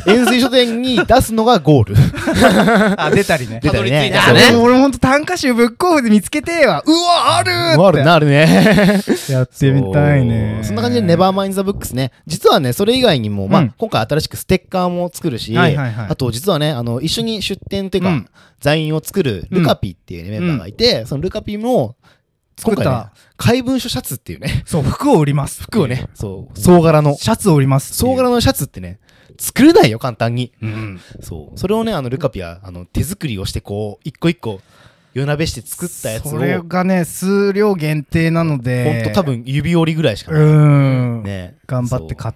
Speaker 1: 円錐書店に出すのがゴール。
Speaker 3: あ出たりね
Speaker 1: 出たりね
Speaker 2: たどり着いたらね
Speaker 3: 俺もほんと短歌集ブックオフで見つけてえわうわあるーって
Speaker 1: ゴールなるね。
Speaker 3: やってみたいね
Speaker 1: そうそんな感じで、ネバーマインザブックスね。実はね、それ以外にも、ま
Speaker 3: う
Speaker 1: あ
Speaker 3: ん、
Speaker 1: 今回新しくステッカーも作るし、
Speaker 3: はいはいはい
Speaker 1: あと実はね、あの、一緒に出店っていう
Speaker 3: う
Speaker 1: か
Speaker 3: ん、
Speaker 1: 座員を作るルカピーっていうねメンバーがいて、そのルカピーも、
Speaker 3: 作
Speaker 1: 今
Speaker 3: った
Speaker 1: 回ね、怪文書シャツっていうね、
Speaker 3: そう服を売ります
Speaker 1: 服をね、そう、総柄の、
Speaker 3: シャツを売ります
Speaker 1: 総柄のシャツってね、作れないよ、簡単に。
Speaker 3: うん
Speaker 1: そう。それをね、あの、ルカピは、あの、手作りをして、こう、一個一個、夜なべして作ったやつを、
Speaker 3: それがね数量限定なの
Speaker 1: ほ
Speaker 3: で
Speaker 1: んと多分指折りぐらいしか
Speaker 3: う
Speaker 1: ない。
Speaker 3: ーん
Speaker 1: ね。
Speaker 3: 頑張っ
Speaker 1: そう
Speaker 3: て買っ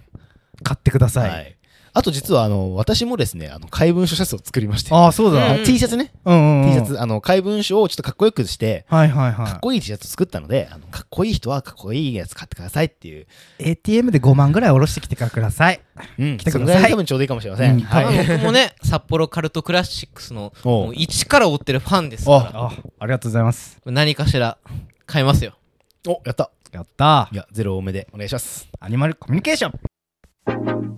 Speaker 3: 買ってくだ
Speaker 1: は
Speaker 3: さ
Speaker 1: い。
Speaker 3: い
Speaker 1: あと実は、あの、私もですね、あの、怪文書シャツを作りまして。
Speaker 3: ああそうだ
Speaker 1: あ
Speaker 2: う
Speaker 1: の T シャツね。
Speaker 3: うんうんうん
Speaker 1: T シャツ、あの、怪文書をちょっとかっこよくして、
Speaker 3: はいはいはい
Speaker 1: かっこいい T シャツ作ったので、あのかっこいい人はかっこいいやつ買ってくださいっていう。
Speaker 3: ATM で5万ぐらい下ろしてきてください
Speaker 1: うん。
Speaker 3: 来て
Speaker 1: そ
Speaker 3: ください
Speaker 1: れぐらいが多分ちょうどいいかもしれません。
Speaker 3: うん
Speaker 1: はい。
Speaker 2: 僕 もね札幌カルトクラシックスの
Speaker 1: おう
Speaker 2: もう一から追ってるファンですか
Speaker 3: あありがとうございます
Speaker 2: ら何かしら買いますよ
Speaker 1: お、やった。
Speaker 3: やった
Speaker 1: いや、ゼロ多めでお願いします。
Speaker 3: アニマルコミュニケーション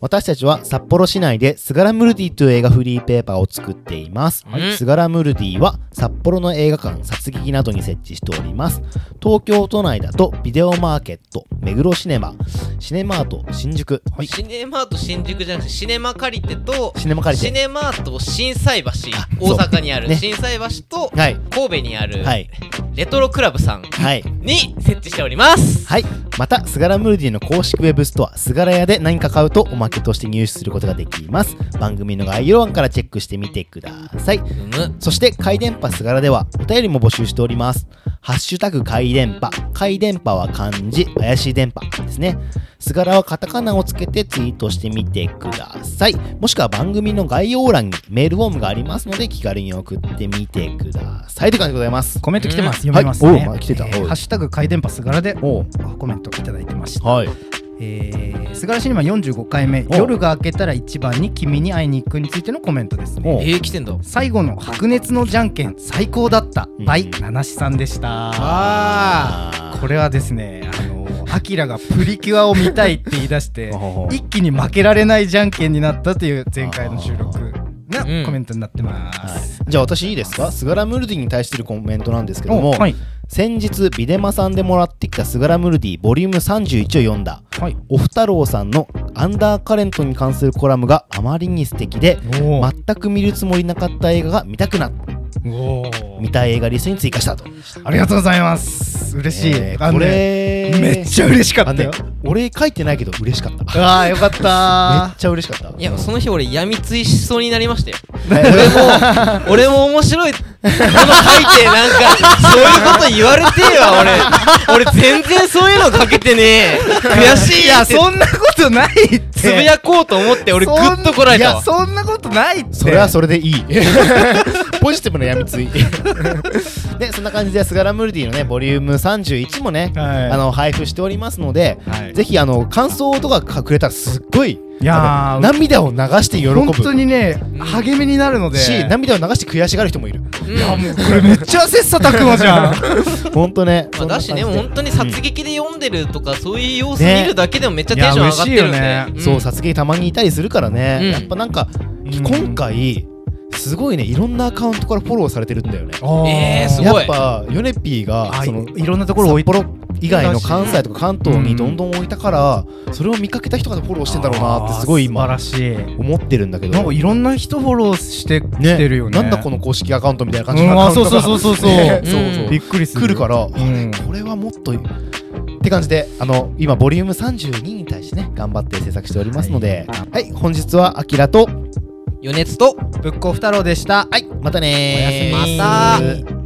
Speaker 1: 私たちは札幌市内でスガラムルディという映画フリーペーパーを作っています、
Speaker 2: はい
Speaker 1: スガラムルディは札幌の映画館殺撃などに設置しております東京都内だとビデオマーケット目黒シネマシネマート新宿、
Speaker 2: シネマート新宿じゃなくてシネマ借りてと
Speaker 1: シネマ借りて
Speaker 2: シネマート心斎橋
Speaker 1: そう
Speaker 2: 大阪にある
Speaker 1: ね
Speaker 2: 心斎橋と
Speaker 1: はい
Speaker 2: 神戸にある
Speaker 1: はい
Speaker 2: レトロクラブさん
Speaker 1: はい
Speaker 2: に設置しております
Speaker 1: はいまたスガラムルディの公式ウェブストアスガラ屋で何か買うとおまけとして入手することができます番組の概要欄からチェックしてみてください
Speaker 2: むむ
Speaker 1: そして、回電波すがらではお便りも募集しております。ハッシュタグ回電波。回電波は漢字、怪しい電波ですね。すがらはカタカナをつけてツイートしてみてください。もしくは番組の概要欄にメールフォームがありますので、気軽に送ってみてください。という感じでございます。
Speaker 3: コメント来てます。
Speaker 1: うん
Speaker 3: 読みますね。
Speaker 1: はいおうあ来てた
Speaker 3: えー
Speaker 1: おう
Speaker 3: ハッシュタグ回電波すがらで
Speaker 1: お
Speaker 3: コメントいただいてました。
Speaker 1: はい。
Speaker 3: えー、すがらシネマ45回目、
Speaker 1: お
Speaker 3: 夜が明けたら一番に君に会いに行くについてのコメントですね。
Speaker 1: お
Speaker 2: えー、来てんだ
Speaker 3: 最後の白熱のじゃんけん最高だった
Speaker 1: うん
Speaker 3: by 七七さんでした。
Speaker 1: あ
Speaker 3: これはですね、あのアキラがプリキュアを見たいって言い 出して
Speaker 1: ほうほう
Speaker 3: 一気に負けられないじゃんけんになったという前回の収録な
Speaker 2: うん
Speaker 3: コメントになってま
Speaker 1: はい
Speaker 3: す。
Speaker 1: じゃあ私いいですかスガラムルディに対するコメントなんですけども、
Speaker 3: おはい
Speaker 1: 先日ビデマさんでもらってきた「スガラムルディボリューム31を読んだ
Speaker 3: はい。
Speaker 1: オフ太郎さんのアンダーカレントに関するコラムがあまりに素敵で
Speaker 3: おー
Speaker 1: 全く見るつもりなかった映画が見たくなっ
Speaker 3: お
Speaker 1: 見たい映画リストに追加したと
Speaker 3: ありがとうございます嬉しい、
Speaker 1: えー
Speaker 3: あの
Speaker 1: こ
Speaker 3: ね
Speaker 1: れ
Speaker 3: めっちゃ嬉しか
Speaker 1: あ
Speaker 3: ったよ
Speaker 1: ね、俺書いてないけど嬉しかっためっ
Speaker 3: ああよかった
Speaker 1: ちゃ嬉しかった
Speaker 2: いやその日俺やみついしそうになりましたよ
Speaker 1: 俺も
Speaker 2: 俺も面白いもの書いてなんかそういうこと言われてえわ俺俺全然そういうの書けてねえ悔しい
Speaker 3: や
Speaker 2: って
Speaker 3: そんなことないって
Speaker 2: つぶやこうと思って俺グッとこられたわ
Speaker 3: そんいやそんなことないって
Speaker 1: それはそれでいい ポジティブなやみつい でそんな感じでスガラムルディのねボリューム31もね、
Speaker 3: はい
Speaker 1: あの配布しておりますので、
Speaker 3: はい
Speaker 1: ぜひあの感想とかくれたらすっごい
Speaker 3: いやー
Speaker 1: あの涙を流して喜ぶ
Speaker 3: 本当にね励みになるので
Speaker 1: し涙を流して悔しがる人もい る
Speaker 2: うん
Speaker 3: これめっちゃ切磋琢磨 じゃん
Speaker 1: 本当ね
Speaker 2: まあ、だしね、
Speaker 1: そんな感
Speaker 2: 本当に殺撃で読んでるとか、そういう様子見るだけでもめっちゃ
Speaker 3: ね
Speaker 2: テンション上がってるんで、
Speaker 3: いや嬉
Speaker 1: じでそう
Speaker 2: さ、
Speaker 1: 殺撃たまにいたりするからね、
Speaker 2: うん
Speaker 1: やっぱなんか、
Speaker 3: ん
Speaker 1: 今回すごいねいろんなアカウントからフォローされてるんだよね
Speaker 2: えーすごい
Speaker 1: やっぱヨネピーが
Speaker 3: あ
Speaker 1: その
Speaker 3: いいろんなところ置い
Speaker 1: 札幌以外の関西とか関東にどんどん置いたからそれを見かけた人がフォローしてんだろうなってすごい
Speaker 3: あ
Speaker 1: 今
Speaker 3: ー素晴らし
Speaker 1: 思ってるんだけ
Speaker 3: い
Speaker 1: ど
Speaker 3: なんかいろんな人フォローしてきてるよね
Speaker 1: なんだこの公式アカウントみたいな感じ
Speaker 3: う
Speaker 1: の
Speaker 3: ん
Speaker 1: ア
Speaker 3: あ
Speaker 1: カウント
Speaker 3: そう
Speaker 1: が
Speaker 3: そうそうそうそう
Speaker 1: ね
Speaker 2: うん
Speaker 1: そうそう
Speaker 3: びっくりする
Speaker 1: 来るから、
Speaker 3: ん
Speaker 1: これはもっとって感じであの今ボリューム32に対してね頑張って制作しておりますのではい、本日はアキラと
Speaker 2: 余熱と
Speaker 3: ぶっこふ太郎でした
Speaker 1: はいまたねー
Speaker 2: おやすみまた